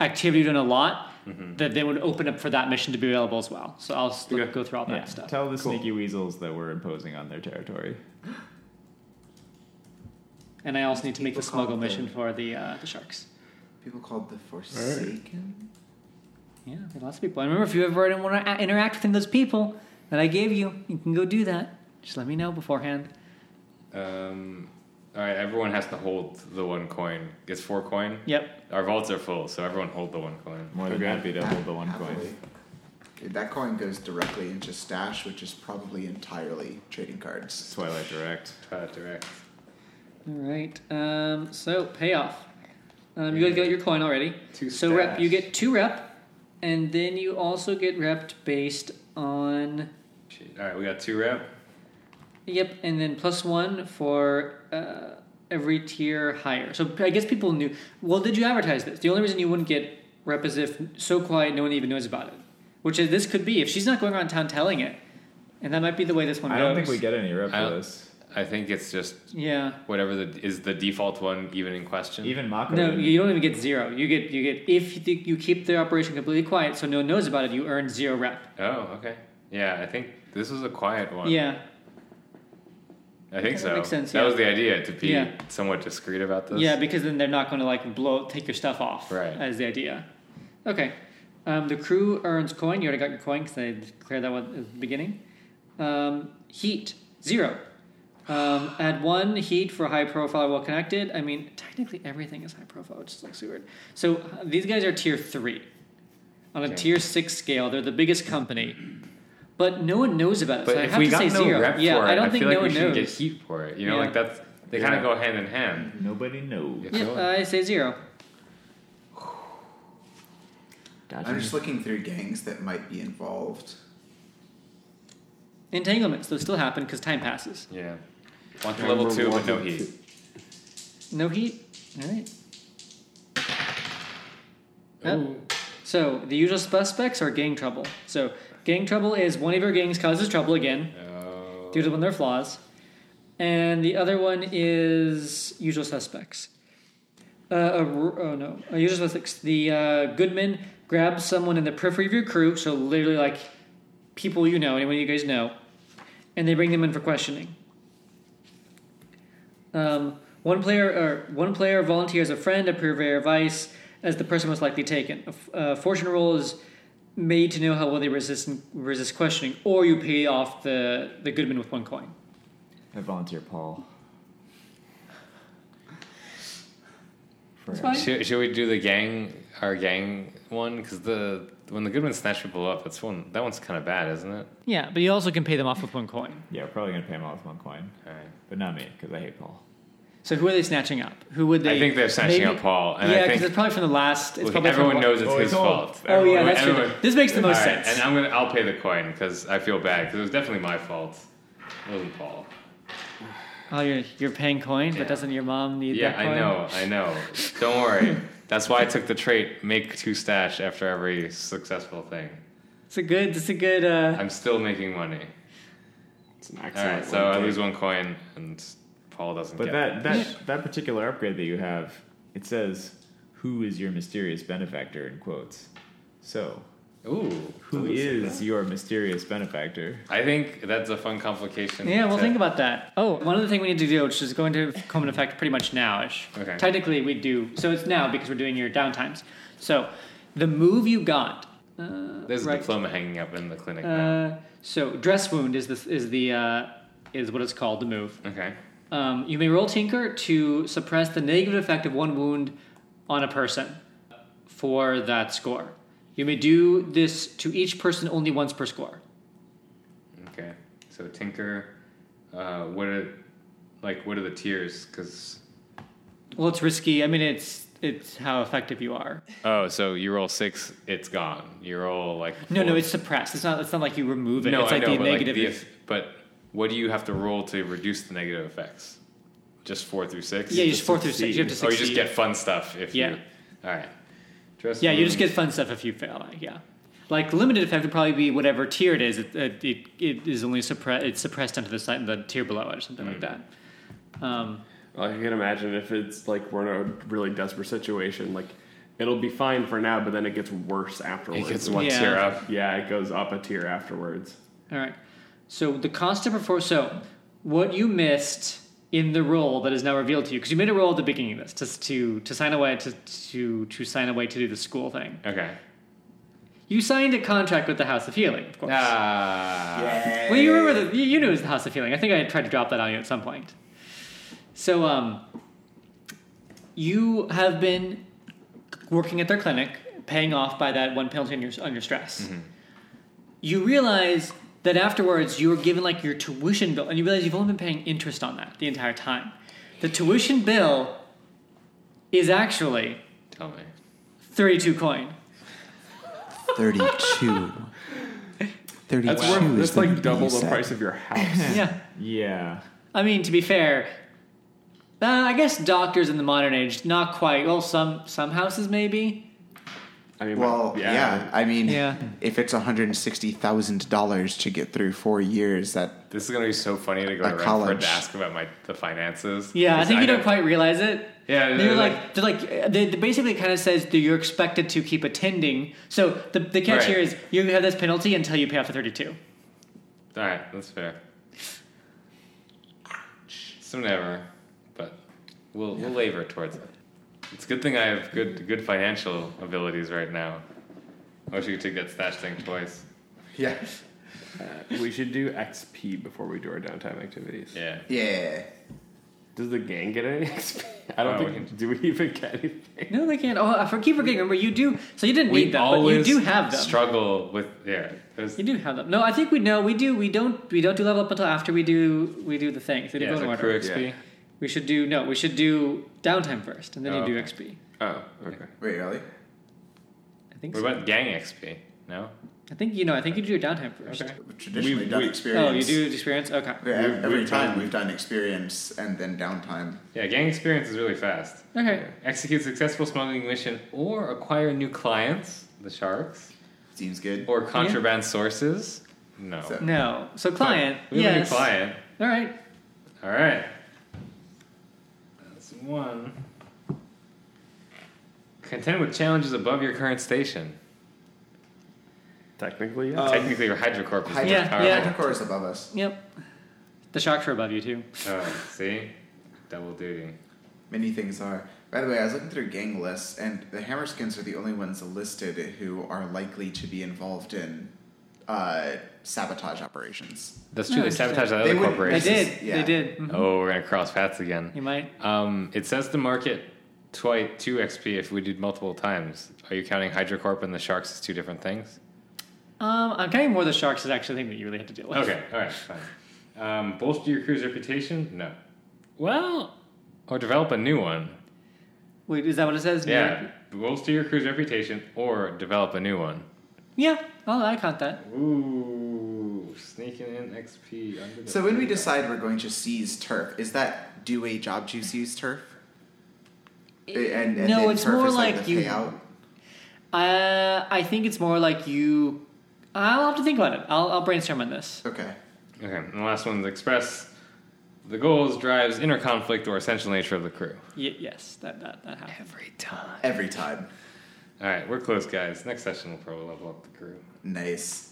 Speaker 1: activity you've done a lot that they would open up for that mission to be available as well. So I'll s-
Speaker 2: Okay.
Speaker 1: go through all that
Speaker 4: Yeah.
Speaker 1: stuff.
Speaker 4: Tell the sneaky weasels that we're imposing on their territory.
Speaker 1: And I also need to make the
Speaker 3: People call
Speaker 1: smuggle
Speaker 3: it
Speaker 1: mission for the uh, the sharks.
Speaker 3: People called the Forsaken.
Speaker 1: Yeah, there are lots of people. And remember, if you ever want to interact with any of those people that I gave you, you can go do that. Just let me know beforehand.
Speaker 5: Um, all right, everyone has to hold the one coin. It's four coin.
Speaker 1: Yep.
Speaker 5: Our vaults are full, so everyone hold the one coin.
Speaker 4: More than
Speaker 2: Okay.
Speaker 4: happy to hold the one coin.
Speaker 3: Happily. Okay, that coin goes directly into stash, which is probably entirely trading cards.
Speaker 4: Twilight Direct.
Speaker 5: Try that direct.
Speaker 1: All right. Um, so payoff. Um, you guys got your coin already.
Speaker 5: Two
Speaker 1: so rep,
Speaker 5: stash.
Speaker 1: you get two rep, and then you also get repped based on.
Speaker 5: Shit. All right, we got two rep.
Speaker 1: Yep, and then plus one for uh, every tier higher. So I guess people knew. Well, did you advertise this? The only reason you wouldn't get rep is if so quiet, no one even knows about it. Which is, this could be if she's not going around town telling it, and that might be the way this one
Speaker 4: I
Speaker 1: goes.
Speaker 4: don't think we get any rep
Speaker 5: I
Speaker 4: for
Speaker 5: don't-
Speaker 4: this.
Speaker 5: I think it's just
Speaker 1: Yeah.
Speaker 5: whatever the is the default one even in question.
Speaker 4: Even Mako.
Speaker 1: No,
Speaker 4: didn't.
Speaker 1: you don't even get zero. You get you get if you, think you keep the operation completely quiet, so no one knows about it. You earn zero rep.
Speaker 5: oh, okay. Yeah, I think this was a quiet one.
Speaker 1: Yeah,
Speaker 5: I think
Speaker 1: That
Speaker 5: so.
Speaker 1: makes sense,
Speaker 5: That
Speaker 1: yeah.
Speaker 5: was the idea to be
Speaker 1: Yeah.
Speaker 5: somewhat discreet about this.
Speaker 1: yeah, because then they're not going to like blow take your stuff off.
Speaker 5: Right.
Speaker 1: as the idea. Okay, um, the crew earns coin. You already got your coin because I declared that one at the beginning. Um, heat zero. Um, add one heat for high profile, well connected. I mean, technically everything is high profile, which is like super weird. So uh, these guys are tier three. On a
Speaker 5: Okay.
Speaker 1: tier six scale, they're the biggest company, but no one knows about it.
Speaker 5: But
Speaker 1: so I
Speaker 5: if
Speaker 1: have
Speaker 5: we
Speaker 1: to
Speaker 5: got
Speaker 1: say
Speaker 5: no
Speaker 1: zero.
Speaker 5: rep
Speaker 1: yeah,
Speaker 5: for it,
Speaker 1: I don't
Speaker 5: I
Speaker 1: think
Speaker 5: feel like
Speaker 1: no
Speaker 5: we
Speaker 1: one
Speaker 5: shouldn't
Speaker 1: knows.
Speaker 5: get heat for it. You know,
Speaker 1: Yeah.
Speaker 5: like that's they kind
Speaker 4: Yeah.
Speaker 5: of go hand in hand.
Speaker 4: Nobody knows.
Speaker 5: You
Speaker 1: Yeah,
Speaker 5: feel it?
Speaker 1: I say zero.
Speaker 4: Gotcha.
Speaker 3: I'm just looking through gangs that might be involved.
Speaker 1: Entanglements, those still happen because time passes.
Speaker 5: yeah. Want the
Speaker 2: I
Speaker 5: level
Speaker 2: remember
Speaker 5: two, but
Speaker 2: wanting
Speaker 5: no
Speaker 2: to-
Speaker 5: heat.
Speaker 1: No heat. All right. Yep. So the usual suspects are gang trouble. So gang trouble is one of your gangs causes trouble again
Speaker 5: Oh.
Speaker 1: due to one of their flaws, and the other one is usual suspects. Uh, a r- oh no, a usual suspects. The uh, Goodman grabs someone in the periphery of your crew, so literally like people you know, anyone you guys know, and they bring them in for questioning. Um, one player or one player volunteers a friend, a purveyor of vice, as the person most likely taken. A, f- a fortune roll is made to know how well they resist resist questioning, or you pay off the the goodman with one coin.
Speaker 4: I volunteer Paul. For
Speaker 1: That's fine.
Speaker 5: Should, should we do the gang our gang one? Because the when the good ones snatch people up, that's one that one's kind of bad, isn't it?
Speaker 1: Yeah, but you also can pay them off with one coin.
Speaker 4: Yeah, we're probably gonna pay him off with one coin,
Speaker 5: All right.
Speaker 4: but not me because I hate Paul.
Speaker 1: So who are they snatching up? Who would they?
Speaker 5: I think they're snatching
Speaker 1: maybe-
Speaker 5: up Paul, and I
Speaker 1: yeah,
Speaker 5: think-
Speaker 1: it's probably from the last. It's
Speaker 5: Well,
Speaker 1: probably from
Speaker 5: everyone
Speaker 1: the-
Speaker 5: knows it's
Speaker 4: Oh,
Speaker 5: his
Speaker 4: it's all-
Speaker 5: fault.
Speaker 1: Oh yeah,
Speaker 5: Everyone-
Speaker 1: that's true.
Speaker 5: everyone-
Speaker 1: This makes the most
Speaker 5: All right,
Speaker 1: sense.
Speaker 5: And I'm gonna I'll pay the coin because I feel bad because it was definitely my fault. It wasn't Paul.
Speaker 1: oh, you're you're paying coin,
Speaker 5: Yeah.
Speaker 1: but doesn't your mom need
Speaker 5: Yeah,
Speaker 1: that coin?
Speaker 5: I know, I know. Don't worry. That's why I took the trait make two stash after every successful thing.
Speaker 1: It's a good. It's a good. Uh,
Speaker 5: I'm still making money.
Speaker 2: It's an
Speaker 5: All
Speaker 2: excellent
Speaker 5: right, so
Speaker 2: one,
Speaker 5: I
Speaker 2: dude.
Speaker 5: lose one coin and Paul doesn't
Speaker 4: But
Speaker 5: get
Speaker 4: that that that particular upgrade that you have, it says, "Who is your mysterious benefactor?" in quotes. So,
Speaker 5: it. Ooh.
Speaker 4: who is your mysterious benefactor?
Speaker 5: I think that's a fun complication.
Speaker 1: yeah, well,
Speaker 5: to-
Speaker 1: think about that. Oh, one other thing we need to do, which is going to come into effect pretty much nowish.
Speaker 5: Okay.
Speaker 1: Technically, we do. So it's now because we're doing your downtimes. So the move you got Uh,
Speaker 5: There's a
Speaker 1: right.
Speaker 5: diploma hanging up in the clinic now.
Speaker 1: Uh, so dress wound is the is the uh, is what it's called the move.
Speaker 5: Okay.
Speaker 1: Um, you may roll tinker to suppress the negative effect of one wound on a person for that score. You may do this to each person only once per score.
Speaker 5: Okay. So Tinker, uh, what are like what are the tiers? Because
Speaker 1: Well, it's risky. I mean, it's it's how effective you are.
Speaker 5: oh, so you roll six, it's gone. You roll like
Speaker 1: No, no,
Speaker 5: four-
Speaker 1: it's suppressed. It's not. It's not like you remove it.
Speaker 5: no,
Speaker 1: it's
Speaker 5: I
Speaker 1: like
Speaker 5: know,
Speaker 1: the
Speaker 5: but
Speaker 1: negative.
Speaker 5: Like the,
Speaker 1: is-
Speaker 5: eff- but what do you have to roll to reduce the negative effects? Just four through six.
Speaker 1: yeah, you just four through six. You have to
Speaker 5: Or
Speaker 1: succeed.
Speaker 5: you just get fun stuff if
Speaker 1: Yeah.
Speaker 5: you. All right. Dress
Speaker 1: Yeah, you just
Speaker 5: wound.
Speaker 1: get fun stuff if you fail. Like, yeah, like limited effect would probably be whatever tier it is. It it, it, it is only suppressed. It's suppressed into the side, the tier below it, or something
Speaker 5: Mm.
Speaker 1: like that. Um,
Speaker 2: Like I can imagine if it's like we're in a really desperate situation, like it'll be fine for now, but then it gets worse afterwards.
Speaker 5: It gets one
Speaker 1: Yeah.
Speaker 5: tier up.
Speaker 2: yeah, it goes up a tier afterwards.
Speaker 1: all right. So the constant before. So what you missed in the roll that is now revealed to you because you made a roll at the beginning of this to to to sign away to to to sign away to do the school thing.
Speaker 5: Okay.
Speaker 1: You signed a contract with the House of Healing, of course.
Speaker 5: Ah.
Speaker 1: Well, you remember that you you knew it was the House of Feeling. I think I had tried to drop that on you at some point. So, um, you have been working at their clinic, paying off by that one penalty on your on your stress.
Speaker 5: Mm-hmm.
Speaker 1: You realize that afterwards you were given like your tuition bill, and you realize you've only been paying interest on that the entire time. The tuition bill is actually
Speaker 5: Tell me.
Speaker 1: thirty-two coin.
Speaker 3: 32. 32
Speaker 2: That's worth, that's like double the price of your house.
Speaker 1: Yeah.
Speaker 4: Yeah.
Speaker 1: I mean, to be fair, uh, I guess doctors in the modern age, not quite. Well, some some houses maybe.
Speaker 2: I mean,
Speaker 3: Well, yeah. I mean,
Speaker 1: Yeah.
Speaker 3: if it's $160,000 to get through four years, that
Speaker 5: This is gonna be so funny to go
Speaker 3: At
Speaker 5: to Renford
Speaker 3: college.
Speaker 5: to ask about my the finances.
Speaker 1: Yeah, I
Speaker 5: 'Cause
Speaker 1: think you don't
Speaker 5: know-
Speaker 1: quite realize it.
Speaker 5: Yeah,
Speaker 1: they're
Speaker 5: they're
Speaker 1: like they're like uh, they, they basically kind of says that you're expected to keep attending. So the the catch
Speaker 5: Right.
Speaker 1: here is you have this penalty until you pay off the thirty two.
Speaker 5: All right, that's fair. So never, but we'll we'll labor towards it. It's a good thing I have good good financial abilities right now. I wish you could take that stash thing twice.
Speaker 3: Yeah.
Speaker 2: we should do XP before we do our downtime activities.
Speaker 5: Yeah.
Speaker 3: Yeah.
Speaker 2: Does the gang get any XP? I don't
Speaker 5: Oh, we
Speaker 2: think. do we even get anything?
Speaker 1: No, they can't. Oh, I for- keep forgetting. Remember, you do. So you didn't
Speaker 5: We
Speaker 1: need them, but you
Speaker 5: always
Speaker 1: do have them.
Speaker 5: struggle with yeah. There's,
Speaker 1: you do have them. No, I think we know. We do. We don't. We don't do level up until after we do. We do the things. They do
Speaker 5: yeah,
Speaker 1: go
Speaker 5: is
Speaker 1: in
Speaker 5: it
Speaker 1: order.
Speaker 5: crew XP.
Speaker 1: We should do no. We should do downtime first, and then
Speaker 5: Oh,
Speaker 1: you do
Speaker 5: okay.
Speaker 1: XP.
Speaker 2: Oh, okay.
Speaker 3: Wait, really?
Speaker 1: I think.
Speaker 5: What
Speaker 1: So.
Speaker 5: about gang XP? No.
Speaker 1: I think you know. I think you do your downtime first.
Speaker 5: Okay.
Speaker 3: Traditionally
Speaker 2: We-
Speaker 3: done
Speaker 2: we-
Speaker 3: experience.
Speaker 1: Oh, you do experience. Okay.
Speaker 3: Yeah, Every,
Speaker 2: we-
Speaker 3: time we've done experience and then downtime.
Speaker 5: Yeah, gang experience is really fast.
Speaker 1: Okay.
Speaker 5: Execute successful smuggling mission or acquire new clients, the sharks,
Speaker 3: Seems good.
Speaker 5: or contraband sources. No.
Speaker 3: So-
Speaker 1: No. So client.
Speaker 5: We have a new
Speaker 1: yes.
Speaker 5: client.
Speaker 1: All right.
Speaker 5: All right. That's one. Contend with challenges above your current station.
Speaker 2: Technically, yeah.
Speaker 3: Uh, Um,
Speaker 5: Technically, your hydrocorp is
Speaker 3: Hydro-
Speaker 5: more powerful.
Speaker 1: yeah.
Speaker 3: Hydrocore is above us.
Speaker 1: Yep. The sharks are above you too.
Speaker 5: Oh, see, double duty.
Speaker 3: Many things are. By the way, I was looking through gang lists, and the Hammerskins are the only ones listed who are likely to be involved in uh, sabotage operations.
Speaker 5: That's true.
Speaker 1: No,
Speaker 5: they
Speaker 1: interesting.
Speaker 5: sabotaged that
Speaker 3: They
Speaker 5: other
Speaker 1: They
Speaker 3: wouldn't-
Speaker 5: corporation.
Speaker 1: did.
Speaker 3: yeah.
Speaker 1: They did. Mhm.
Speaker 5: Oh, we're gonna cross paths again.
Speaker 1: You might.
Speaker 5: Um, it says to market twice two XP if we did multiple times. Are you counting Hydrocorp and the sharks as two different things?
Speaker 1: Um, I'm counting more the sharks is actually the thing that you really have to deal with.
Speaker 5: Okay, all right, fine. Um, bolster your crew's reputation? No. Well, or develop a new one.
Speaker 1: Wait, is that what it says?
Speaker 5: Yeah, bolster your crew's reputation or develop a new one.
Speaker 1: Yeah. Oh, I count that.
Speaker 5: Ooh, sneaking in XP under the.
Speaker 3: So when we decide we're going to seize turf, is that do a job to seize turf? And, and
Speaker 1: Eh, no,
Speaker 3: then
Speaker 1: it's
Speaker 3: turf
Speaker 1: more
Speaker 3: is like,
Speaker 1: like
Speaker 3: the
Speaker 1: you.
Speaker 3: payout.
Speaker 1: Uh, I think it's more like you. I'll have to think about it. I'll, I'll brainstorm on this.
Speaker 3: Okay.
Speaker 5: Okay, and the last one's express. The goals drives inner conflict or essential nature of the crew.
Speaker 1: Y- yes, that that that happens.
Speaker 5: Every time.
Speaker 3: Every time.
Speaker 5: All right, we're close, guys. Next session, we'll probably level up the crew.
Speaker 3: Nice.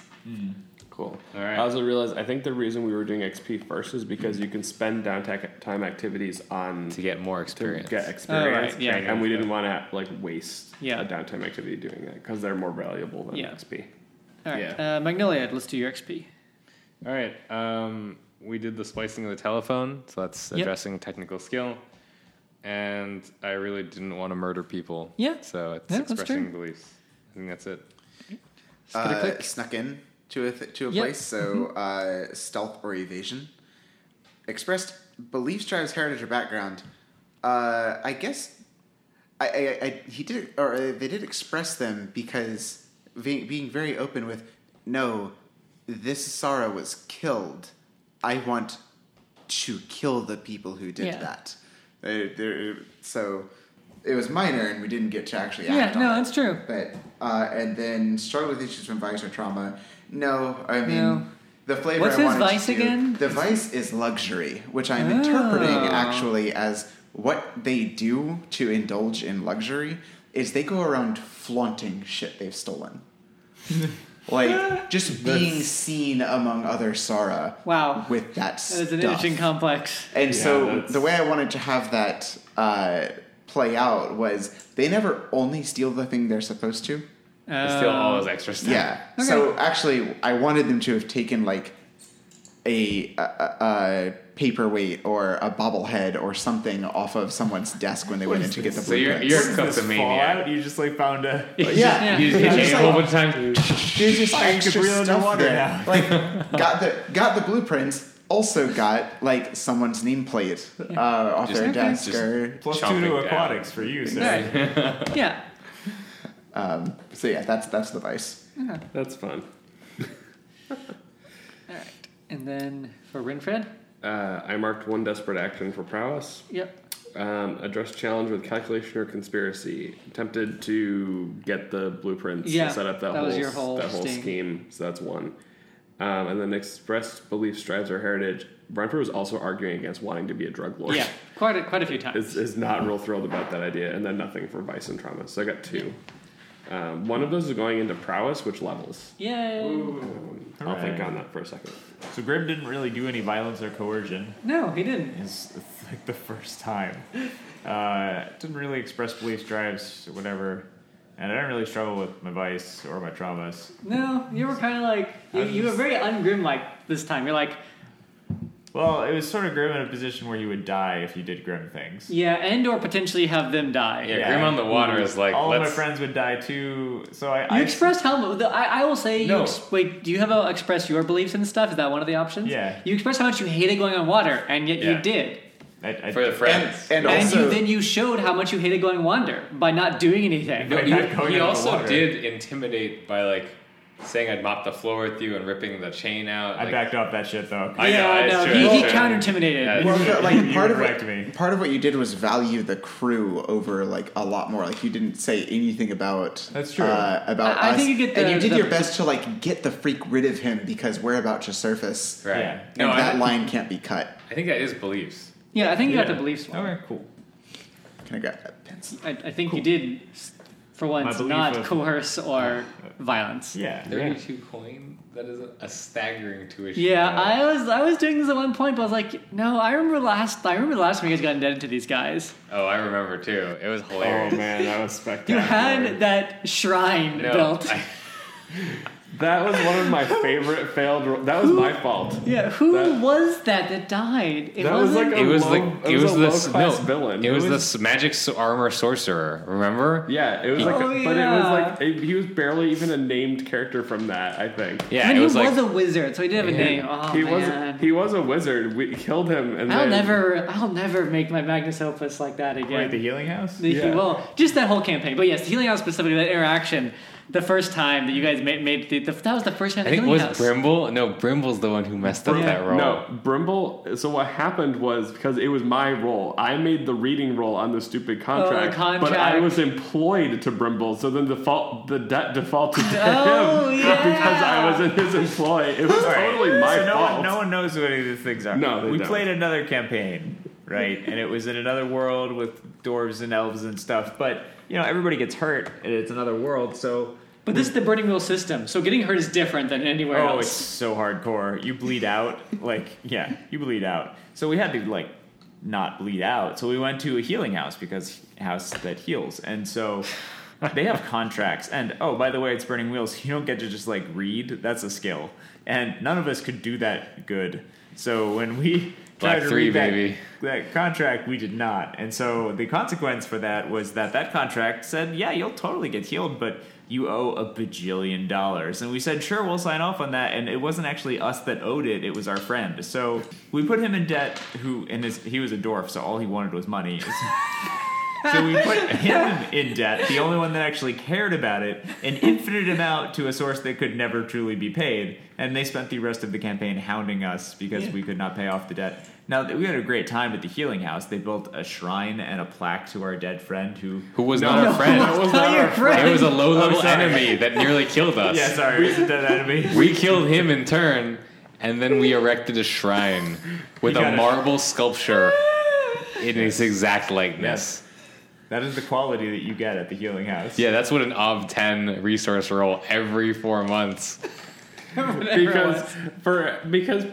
Speaker 2: Cool.
Speaker 5: All right.
Speaker 2: I also realized I think the reason we were doing XP first is because you can spend downtime activities on
Speaker 6: to get more
Speaker 2: to
Speaker 5: Oh,
Speaker 6: experience.
Speaker 2: get experience.
Speaker 1: yeah.
Speaker 2: And we didn't want to like waste
Speaker 1: Yeah.
Speaker 2: a downtime activity doing that because they're more valuable than
Speaker 1: Yeah.
Speaker 2: XP.
Speaker 1: All right,
Speaker 5: Yeah.
Speaker 1: uh, Magnolia, let's do your XP.
Speaker 5: All right. Um, we did the splicing of the telephone, so that's
Speaker 1: Yep.
Speaker 5: addressing technical skill. And I really didn't want to murder people.
Speaker 1: Yeah.
Speaker 5: So it's
Speaker 1: Yeah, that's
Speaker 5: expressing
Speaker 1: true.
Speaker 5: beliefs. I think that's it.
Speaker 3: uh, snuck in to a th- to a
Speaker 1: Yep.
Speaker 3: place. So
Speaker 1: Mm-hmm.
Speaker 3: uh, stealth or evasion. Expressed beliefs, tribes, heritage, or background. Uh, I guess I, I, I he did or uh, they did express them because ve- being very open with no, this Sara was killed. I want to kill the people who did
Speaker 1: Yeah.
Speaker 3: that. They- they're- so it was minor, and we didn't get to actually
Speaker 1: Yeah,
Speaker 3: act on
Speaker 1: no,
Speaker 3: it.
Speaker 1: that's true.
Speaker 3: But uh, and then struggle with issues from vice or trauma. No, I mean
Speaker 1: No.
Speaker 3: the flavor.
Speaker 1: What's
Speaker 3: I
Speaker 1: his
Speaker 3: wanted to
Speaker 1: vice
Speaker 3: do-
Speaker 1: again?
Speaker 3: The vice is luxury, which I'm
Speaker 1: Oh.
Speaker 3: interpreting actually as what they do to indulge in luxury is they go around flaunting shit they've stolen. like just being seen among other Sara.
Speaker 1: Wow.
Speaker 3: With
Speaker 1: That
Speaker 3: that
Speaker 1: is an
Speaker 3: stuff.
Speaker 1: interesting complex.
Speaker 3: And
Speaker 2: Yeah,
Speaker 3: so
Speaker 2: that's-
Speaker 3: the way I wanted to have that uh, play out was they never only steal the thing they're supposed to.
Speaker 1: Uh,
Speaker 5: I steal all those extra stuff.
Speaker 3: Yeah.
Speaker 1: Okay.
Speaker 3: So actually, I wanted them to have taken like a, a, a paperweight or a bobblehead or something off of someone's desk when they went in to get the
Speaker 5: So you're,
Speaker 3: blueprints.
Speaker 5: you're
Speaker 4: What
Speaker 5: a
Speaker 4: is this,
Speaker 5: kleptomaniac.
Speaker 4: Fallout? You just like found a.
Speaker 3: yeah.
Speaker 1: Yeah.
Speaker 5: You just
Speaker 3: Yeah.
Speaker 5: hit
Speaker 3: Just
Speaker 5: it a whole
Speaker 3: like-
Speaker 5: bunch of times.
Speaker 3: There's just
Speaker 4: I
Speaker 3: extra
Speaker 4: could breathe
Speaker 3: stuff
Speaker 4: underwater
Speaker 3: there.
Speaker 4: now.
Speaker 3: Like got the got the blueprints. Also got like someone's nameplate uh, off their
Speaker 1: Okay.
Speaker 3: desk
Speaker 6: just-
Speaker 3: or
Speaker 4: Plus
Speaker 5: Chomping
Speaker 4: two to
Speaker 5: down.
Speaker 4: aquatics for you,
Speaker 1: All
Speaker 4: sir.
Speaker 1: right. yeah.
Speaker 3: um, so yeah that's that's the vice.
Speaker 2: That's fun.
Speaker 1: All right. And then for Renfred?
Speaker 2: Uh, I marked one desperate action for prowess.
Speaker 1: Yep.
Speaker 2: Um, addressed challenge with calculation or conspiracy. Attempted to get the blueprints
Speaker 1: Yeah,
Speaker 2: and set up that,
Speaker 1: that
Speaker 2: whole,
Speaker 1: was your whole
Speaker 2: that whole
Speaker 1: sting.
Speaker 2: scheme. So that's one. Um, and then expressed beliefs, strives, or heritage. Renfrew was also arguing against wanting to be a drug lord.
Speaker 1: Yeah. Quite a, quite a few times.
Speaker 2: is, is not real thrilled about that idea, and then nothing for vice and trauma. So I got two. Um, one of those is going into prowess, which levels.
Speaker 1: Yay.
Speaker 2: Um, I'll think
Speaker 4: Hooray.
Speaker 2: on that for a second.
Speaker 4: So Grim didn't really do any violence or coercion.
Speaker 1: No, he didn't.
Speaker 4: It's, it's like the first time. Uh, didn't really express beliefs, drives, or whatever. And I didn't really struggle with my vice or my traumas.
Speaker 1: No, you were kind of like, you,
Speaker 4: I'm
Speaker 1: you were
Speaker 4: just-
Speaker 1: very ungrim like this time. You're like,
Speaker 4: Well, it was sort of Grim in a position where you would die if you did Grim things.
Speaker 1: yeah, and or potentially have them die.
Speaker 5: Yeah,
Speaker 4: Yeah.
Speaker 5: Grim on the Water is like,
Speaker 4: All of my
Speaker 5: let's.
Speaker 4: friends would die too. So I.
Speaker 1: You
Speaker 4: I
Speaker 1: expressed how the, I, I will say you
Speaker 4: No.
Speaker 1: ex- wait. Do you have a express your beliefs and stuff? Is that one of the options?
Speaker 4: Yeah.
Speaker 1: You expressed how much you hated going on water, and yet
Speaker 5: Yeah.
Speaker 1: you did.
Speaker 4: I, I,
Speaker 5: For the
Speaker 3: And,
Speaker 5: friends.
Speaker 3: and
Speaker 1: and
Speaker 3: also,
Speaker 1: you then you showed how much you hated going wander by not doing anything.
Speaker 5: No,
Speaker 4: By
Speaker 5: you-
Speaker 4: not going into
Speaker 5: he
Speaker 4: the
Speaker 5: also
Speaker 4: water.
Speaker 5: did intimidate by like saying I'd mop the floor with you and ripping the chain out.
Speaker 4: I
Speaker 5: like,
Speaker 4: backed off that shit though.
Speaker 5: I know, it's true,
Speaker 1: he, he
Speaker 5: it's true.
Speaker 1: counter intimidated.
Speaker 5: Yeah.
Speaker 3: Well,
Speaker 4: You-
Speaker 3: but,
Speaker 4: you-
Speaker 3: like
Speaker 4: you
Speaker 3: part of
Speaker 4: correct
Speaker 3: what,
Speaker 4: me.
Speaker 3: part of what you did was value the crew over like a lot more. Like you didn't say anything about
Speaker 4: That's true.
Speaker 3: uh, about
Speaker 1: I- I
Speaker 3: us,
Speaker 1: think you get
Speaker 3: and
Speaker 1: the-
Speaker 3: you did
Speaker 1: the-
Speaker 3: your best to like get the freak rid of him because we're about to surface,
Speaker 5: Right.
Speaker 4: Yeah.
Speaker 5: No,
Speaker 3: and that
Speaker 5: I,
Speaker 3: line can't be cut.
Speaker 5: I think that is beliefs.
Speaker 1: Yeah, I think you
Speaker 4: Yeah.
Speaker 1: got the beliefs one.
Speaker 4: Okay, cool.
Speaker 3: Can I grab that pencil?
Speaker 1: I, I think you did, for once,
Speaker 4: belief
Speaker 1: not
Speaker 4: of-
Speaker 1: coerce or violence.
Speaker 4: Yeah.
Speaker 5: Thirty-two coin. That is a, a staggering tuition.
Speaker 1: Yeah,
Speaker 5: bill.
Speaker 1: I was I was doing this at one point, but I was like, no, I remember last I remember last time you guys got indebted to these guys.
Speaker 5: Oh, I remember too. It was
Speaker 2: Oh
Speaker 5: hilarious.
Speaker 2: man, that was
Speaker 1: You
Speaker 2: spectacular.
Speaker 1: had that shrine
Speaker 5: No,
Speaker 1: built.
Speaker 5: I-
Speaker 2: that was one of my favorite failed. Ro- that was my fault.
Speaker 1: Yeah, who
Speaker 2: That-
Speaker 1: was that that died? It
Speaker 2: That was
Speaker 1: wasn't-
Speaker 2: like a
Speaker 6: It was
Speaker 2: low-
Speaker 6: the
Speaker 2: it
Speaker 6: it
Speaker 2: was
Speaker 6: was,
Speaker 2: a
Speaker 6: the s-
Speaker 2: low-class
Speaker 6: no
Speaker 2: villain.
Speaker 6: It
Speaker 2: It
Speaker 6: was, the
Speaker 2: was-
Speaker 6: s- magic s- armor sorcerer. Remember?
Speaker 2: Yeah, it was
Speaker 1: Oh,
Speaker 2: like, a, but it
Speaker 1: yeah.
Speaker 2: was like it, he was barely even a named character from that. I think
Speaker 6: Yeah,
Speaker 1: and
Speaker 6: it was
Speaker 1: he
Speaker 6: like
Speaker 1: was a wizard, so he did have a
Speaker 6: Yeah.
Speaker 1: name. Oh
Speaker 2: he
Speaker 1: man,
Speaker 2: was he was a wizard. We killed him, and
Speaker 1: I'll
Speaker 2: then
Speaker 1: never, I'll never make my Magnus Opus like that again.
Speaker 4: Wait, the healing house?
Speaker 1: The-
Speaker 2: yeah.
Speaker 1: Well, just that whole campaign, but yes, the Healing House specifically, that interaction, the first time that you guys made, made the, the that was the first time.
Speaker 6: I
Speaker 1: the
Speaker 6: think it
Speaker 1: Healing
Speaker 6: was
Speaker 1: House.
Speaker 6: Brimble. No, Brimble's the one who messed up
Speaker 1: Yeah.
Speaker 6: that role.
Speaker 2: No, Brimble. So what happened was because it was my role, I made the reading role on the stupid contract,
Speaker 1: Oh, contract.
Speaker 2: but I was employed to Brimble. So then default the debt defaulted to
Speaker 1: Oh,
Speaker 2: him
Speaker 1: yeah.
Speaker 2: because I was in his employ. It was
Speaker 4: All right.
Speaker 2: totally my
Speaker 4: so no
Speaker 2: fault.
Speaker 4: One, no one knows what any of these things are.
Speaker 2: No, they
Speaker 4: we
Speaker 2: don't.
Speaker 4: played another campaign, right? and it was in another world with dwarves and elves and stuff. But you know, everybody gets hurt, and it's another world. So
Speaker 1: But this is the burning wheel system, so getting hurt is different than anywhere
Speaker 4: Oh, it's
Speaker 1: else.
Speaker 4: so hardcore. You bleed out. like, yeah, you bleed out. So we had to, like, not bleed out. So we went to a healing house because house that heals. And so they have contracts. And oh, by the way, it's Burning Wheels. You don't get to just, like, read. That's a skill. And none of us could do that good. So when we.
Speaker 5: Black
Speaker 4: tried to
Speaker 5: three,
Speaker 4: read that-
Speaker 5: baby.
Speaker 4: that contract we did not and so the consequence for that was that that contract said yeah you'll totally get healed but you owe a bajillion dollars and we said sure we'll sign off on that and it wasn't actually us that owed it it was our friend so we put him in debt who and his, he was a dwarf so all he wanted was money so we put him in debt, the only one that actually cared about it, an infinite amount to a source that could never truly be paid. And they spent the rest of the campaign hounding us because we could not pay off the debt. Now, th- we had a great time at the Healing House. They built a shrine and a plaque to our dead friend who.
Speaker 5: Who was not our friend?
Speaker 2: was not our friend.
Speaker 5: It was a low level
Speaker 4: sorry.
Speaker 5: enemy that nearly killed us.
Speaker 4: Yeah, sorry, it was a dead enemy.
Speaker 5: We killed him in turn, and then we erected a shrine with
Speaker 4: You
Speaker 5: a
Speaker 4: gotta-
Speaker 5: marble sculpture in its exact likeness.
Speaker 4: That is the quality that you get at the Healing House.
Speaker 5: Yeah, that's what an of 10 resource roll every four months.
Speaker 2: because for because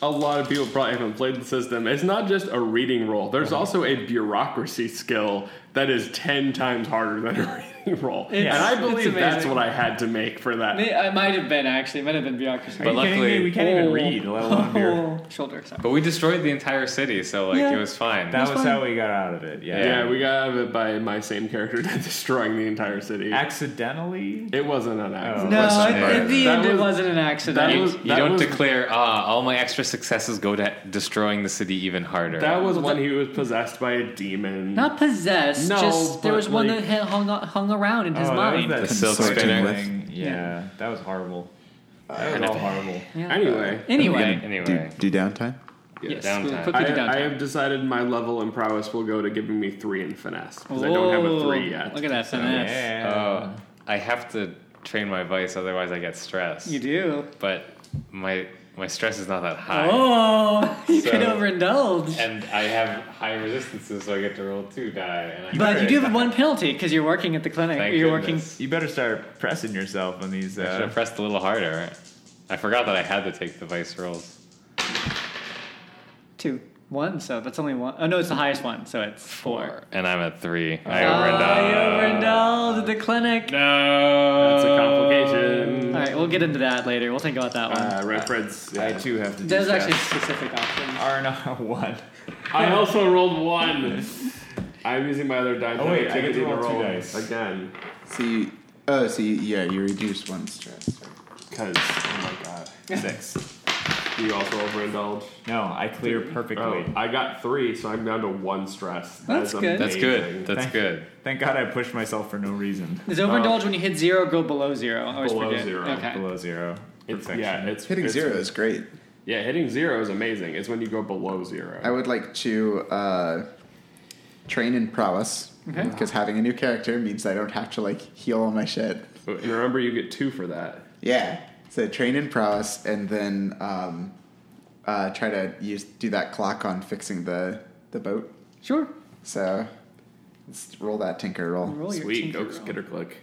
Speaker 2: a lot of people probably haven't played the system. It's not just a reading roll. There's
Speaker 1: Mm-hmm.
Speaker 2: also a bureaucracy skill that is ten times harder than a reading roll, and
Speaker 1: It's-
Speaker 2: I
Speaker 1: it's
Speaker 2: believe that's
Speaker 1: amazing.
Speaker 2: what I had to make for that.
Speaker 1: May- I might have been actually, it might have been bureaucracy.
Speaker 4: Are you
Speaker 5: But
Speaker 4: kidding
Speaker 5: luckily-
Speaker 4: me? we can't even
Speaker 1: Oh.
Speaker 4: read, let alone beer.
Speaker 1: shoulder. Sorry.
Speaker 5: But we destroyed the entire city, so like
Speaker 1: Yeah.
Speaker 5: it was fine.
Speaker 4: That was
Speaker 1: fine.
Speaker 4: how we got out of it. Yeah.
Speaker 2: Yeah, we got out of it by my same character destroying the entire city.
Speaker 4: Accidentally?
Speaker 2: It wasn't
Speaker 1: Oh.
Speaker 2: an accident.
Speaker 1: No,
Speaker 5: Question
Speaker 1: at-
Speaker 5: mark.
Speaker 1: at the
Speaker 2: That
Speaker 1: end, it
Speaker 2: was-
Speaker 1: wasn't an
Speaker 2: that
Speaker 5: you,
Speaker 1: accident.
Speaker 2: was-
Speaker 5: you don't
Speaker 2: was-
Speaker 5: declare, ah, all my extra successes go to destroying the city even harder.
Speaker 2: That was when he was possessed by a demon.
Speaker 1: Not possessed.
Speaker 2: No,
Speaker 1: just there
Speaker 2: but,
Speaker 1: was one
Speaker 2: like-
Speaker 1: that had hung hung around in his
Speaker 4: Oh, that was
Speaker 1: mind.
Speaker 4: that
Speaker 5: The silk
Speaker 4: sorting
Speaker 5: spinner.
Speaker 4: thing. Yeah, that was horrible. That was all horrible.
Speaker 1: Yeah.
Speaker 2: Anyway,
Speaker 1: Anyway,
Speaker 5: anyway,
Speaker 3: Do downtime?
Speaker 1: yes,
Speaker 5: downtime.
Speaker 1: put
Speaker 2: I,
Speaker 1: Piggy down.
Speaker 2: I have decided my level in prowess will go to giving me three in finesse because I don't have a three yet.
Speaker 1: Look at that finesse.
Speaker 4: Uh,
Speaker 5: oh, I have to train my vice, otherwise I get stressed.
Speaker 1: You do.
Speaker 5: But my my stress is not that high.
Speaker 1: Oh, you
Speaker 5: So-
Speaker 1: could overindulge.
Speaker 5: And I have high resistances, so I get to roll two die. And I
Speaker 1: But you do have one penalty because you're working at the clinic.
Speaker 5: Thank
Speaker 1: you're
Speaker 5: goodness.
Speaker 4: You better start pressing yourself on these.
Speaker 5: I should
Speaker 4: Uh,
Speaker 5: have pressed a little harder. I forgot that I had to take the vice rolls.
Speaker 1: working two, one. So that's only one. Oh no, it's the highest one. So it's four.
Speaker 5: And I'm at three. I
Speaker 1: Oh, you
Speaker 5: overindulged.
Speaker 1: overindulged at the clinic.
Speaker 5: No.
Speaker 2: That's a complication.
Speaker 1: All right, we'll get into that later. We'll think about that one.
Speaker 2: Uh, Red Fred's.
Speaker 4: I too have to. do
Speaker 1: There's
Speaker 4: stuff.
Speaker 1: actually specific options.
Speaker 4: Arna one.
Speaker 2: I also rolled one. I'm using my other die.
Speaker 4: Oh, wait, I get to
Speaker 2: activity
Speaker 4: roll two dice.
Speaker 2: again
Speaker 3: So you, oh, so you, yeah, you reduce one stress.
Speaker 2: because oh my god,
Speaker 4: Six.
Speaker 2: you also overindulge.
Speaker 4: No, I clear perfectly.
Speaker 2: Oh, I got three, so I'm down to one stress. That
Speaker 1: That's
Speaker 2: is
Speaker 1: good.
Speaker 5: That's
Speaker 2: amazing.
Speaker 5: good. That's
Speaker 4: Thank-
Speaker 5: good.
Speaker 4: Thank God I pushed myself for no reason.
Speaker 1: Is overindulge when you hit zero, go below zero. I always
Speaker 2: Below
Speaker 1: forget.
Speaker 2: zero,
Speaker 1: Okay.
Speaker 4: Below zero.
Speaker 2: It's,
Speaker 4: Perfection.
Speaker 2: yeah, it's
Speaker 3: Hitting
Speaker 2: it's-
Speaker 3: zero is great.
Speaker 2: Yeah, hitting zero is amazing. It's when you go below zero.
Speaker 3: I would like to uh, train in prowess
Speaker 1: Okay.
Speaker 3: because having a new character means I don't have to like heal all my shit.
Speaker 2: And remember, you get two for that.
Speaker 3: Yeah. So train in prowess and then um, uh, try to use do that clock on fixing the the boat.
Speaker 1: Sure.
Speaker 3: So let's roll that tinker roll.
Speaker 1: Roll your
Speaker 2: Sweet,
Speaker 1: tinker
Speaker 2: go
Speaker 1: roll.
Speaker 2: skitter click.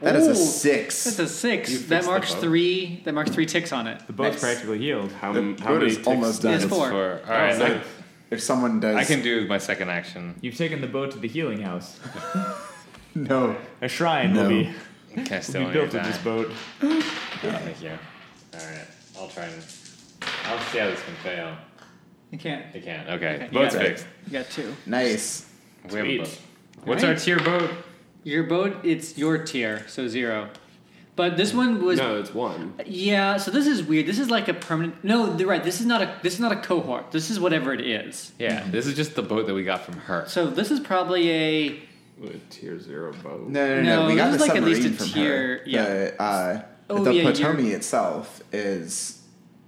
Speaker 3: That is
Speaker 1: Ooh,
Speaker 3: a six.
Speaker 1: That's a six.
Speaker 2: fixed
Speaker 1: That
Speaker 2: the
Speaker 1: marks
Speaker 2: boat.
Speaker 1: three. That marks three ticks on it.
Speaker 4: The boat's
Speaker 3: Nice.
Speaker 4: practically healed.
Speaker 2: How,
Speaker 3: the
Speaker 2: m- how
Speaker 3: boat
Speaker 2: many
Speaker 3: is
Speaker 2: ticks-
Speaker 3: almost done.
Speaker 1: It's four.
Speaker 5: Four. All right.
Speaker 2: so-
Speaker 3: If someone does,
Speaker 5: I, I can do my second action.
Speaker 4: You've taken the boat to the healing house.
Speaker 3: no.
Speaker 4: A shrine
Speaker 3: No.
Speaker 4: will be,
Speaker 5: Can I still
Speaker 4: will be
Speaker 5: on your
Speaker 4: built with
Speaker 5: die?
Speaker 4: this boat.
Speaker 5: Oh, thank you. All right. I'll try and. I'll see how this can fail.
Speaker 1: You can't.
Speaker 5: It can. Okay.
Speaker 1: you
Speaker 5: Boat's
Speaker 1: got it.
Speaker 5: fixed.
Speaker 1: You got two.
Speaker 3: Nice.
Speaker 5: We have a
Speaker 2: Sweet.
Speaker 5: boat. What's our tier boat?
Speaker 1: Your boat, it's your tier, so zero. But this one was
Speaker 2: No, it's one.
Speaker 1: yeah. So this is weird. This is like a permanent. No, they're right. This is not a. This is not a cohort. This is whatever it is.
Speaker 5: Yeah. This is just the boat that we got from her.
Speaker 1: So this is probably a.
Speaker 2: With tier zero boat.
Speaker 3: No, no, no.
Speaker 1: No,
Speaker 3: we got
Speaker 1: this
Speaker 3: the
Speaker 1: is like at
Speaker 3: submarine
Speaker 1: least a
Speaker 3: from
Speaker 1: tier-
Speaker 3: her.
Speaker 1: yeah.
Speaker 3: The, uh,
Speaker 1: Oh,
Speaker 3: the
Speaker 1: yeah, you're-
Speaker 3: Potomi itself is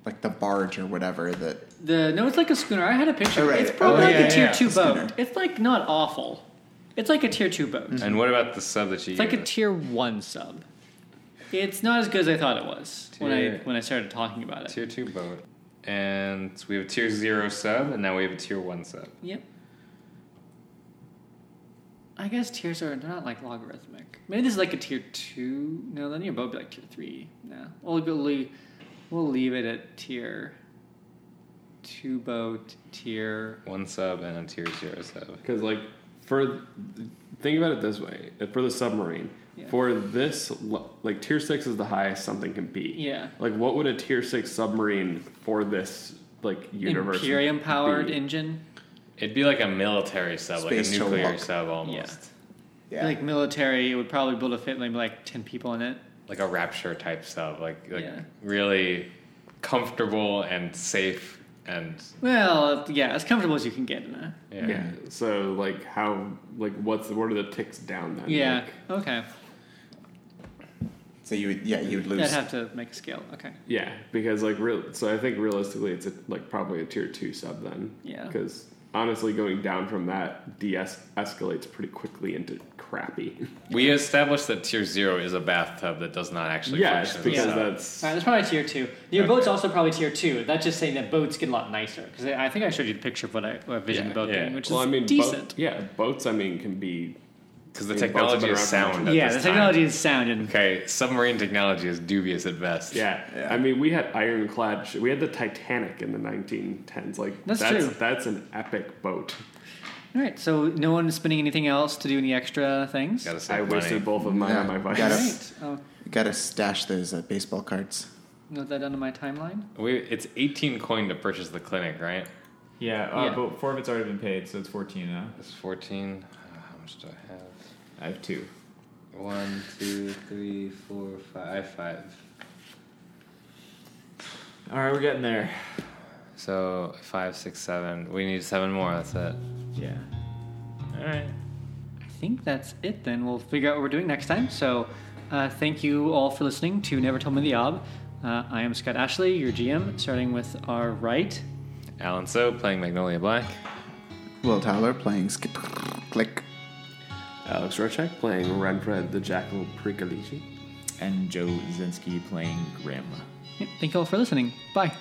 Speaker 3: like the barge or whatever that.
Speaker 1: The no, it's like a schooner. I had a picture.
Speaker 3: Oh, right.
Speaker 1: It's probably
Speaker 3: Oh,
Speaker 1: like
Speaker 5: yeah,
Speaker 1: a tier
Speaker 5: yeah.
Speaker 1: two boat.
Speaker 3: Schooner.
Speaker 1: It's like not awful. It's like a tier two boat.
Speaker 5: And what about the sub that she
Speaker 1: It's like a
Speaker 5: gave us?
Speaker 1: tier one sub. It's not as good as I thought it was when I
Speaker 5: Tier-
Speaker 1: when I started talking about it.
Speaker 5: tier two boat? And so we have a tier zero sub, and now we have a tier one sub.
Speaker 1: Yep. I guess tiers are they're not like logarithmic. Maybe this is like a tier two. No, then you're both like tier three. No, we'll go leave, we'll leave it at tier two boat tier.
Speaker 5: One sub and a tier zero sub.
Speaker 2: Because like for think about it this way, for the submarine,
Speaker 1: Yeah.
Speaker 2: for this l- like tier six is the highest something can be.
Speaker 1: Yeah.
Speaker 2: Like what would a tier six submarine for this like universe?
Speaker 1: Imperium powered
Speaker 2: be?
Speaker 1: engine.
Speaker 5: It'd be like a military sub,
Speaker 3: Space
Speaker 5: like a nuclear
Speaker 3: Sherlock.
Speaker 5: sub almost.
Speaker 3: Yeah.
Speaker 1: Like military, it would probably build a fit like, like ten people in it.
Speaker 5: Like a rapture type sub. Like like
Speaker 1: Yeah.
Speaker 5: really comfortable and safe and
Speaker 1: Well, yeah, as comfortable as you can get in a.
Speaker 5: yeah.
Speaker 2: Yeah. So like how like what's what are the ticks down then?
Speaker 1: Yeah.
Speaker 2: Like,
Speaker 1: Okay.
Speaker 3: so you would yeah you would
Speaker 1: I'd
Speaker 3: lose.
Speaker 1: have to make a scale. Okay.
Speaker 2: yeah, because like real so I think realistically it's a, like probably a tier two sub then.
Speaker 1: Yeah.
Speaker 2: Because honestly, going down from that de-es- escalates pretty quickly into crappy.
Speaker 5: We established that tier zero is a bathtub that does not actually
Speaker 2: yes,
Speaker 5: function. as a
Speaker 2: because
Speaker 5: sub.
Speaker 2: that's
Speaker 1: All right, that's probably tier two. Your boat's also probably tier two. That's just saying that boats get a lot nicer because I I think I showed you the picture of what I what I visioned
Speaker 5: Yeah,
Speaker 1: the boat
Speaker 5: yeah.
Speaker 1: being, which
Speaker 2: well,
Speaker 1: is
Speaker 2: I mean,
Speaker 1: decent.
Speaker 2: Boat, yeah, boats. I mean, can be
Speaker 5: Because the
Speaker 2: Yeah, boats have
Speaker 5: technology
Speaker 2: been
Speaker 5: is
Speaker 2: around for
Speaker 5: sound.
Speaker 2: much
Speaker 5: at
Speaker 1: yeah,
Speaker 5: this
Speaker 1: the
Speaker 5: time.
Speaker 1: technology is sound and
Speaker 5: Okay, submarine technology is dubious at best.
Speaker 2: Yeah. I mean, we had ironclad. Sh- we had the Titanic in the 1910s. Like
Speaker 1: That's true.
Speaker 2: That's an epic boat.
Speaker 1: All right, so no one is spending anything else to do any extra things.
Speaker 5: Gotta save
Speaker 2: I
Speaker 5: money.
Speaker 2: wasted both of mine
Speaker 3: Yeah.
Speaker 2: on my vice.
Speaker 3: Got
Speaker 1: All
Speaker 3: it.
Speaker 1: right, I'll
Speaker 3: Gotta stash those uh, baseball cards.
Speaker 1: note that down to my timeline.
Speaker 5: We, it's 18 coin to purchase the clinic, right?
Speaker 4: Yeah, uh,
Speaker 1: Yeah.
Speaker 4: but four of it's already been paid, so it's 14 now.
Speaker 5: It's 14. Uh, How much do I have?
Speaker 4: I have two.
Speaker 5: One, two, three, four, five, five.
Speaker 4: All right, we're getting there.
Speaker 5: So five, six, seven. We need seven more. That's it.
Speaker 4: Yeah. All right.
Speaker 1: I think that's it. Then we'll figure out what we're doing next time. So, uh, thank you all for listening to Never Tell Me the Ob. Uh, I am Scott Ashley, your GM. Starting with our right.
Speaker 5: Alan So playing Magnolia Black.
Speaker 3: Will Tyler playing skip click.
Speaker 2: Alex Rochek playing Renfred the Jackal Prigalici.
Speaker 4: And Joe Zinsky playing Grim.
Speaker 1: Yeah, Thank you all for listening. Bye.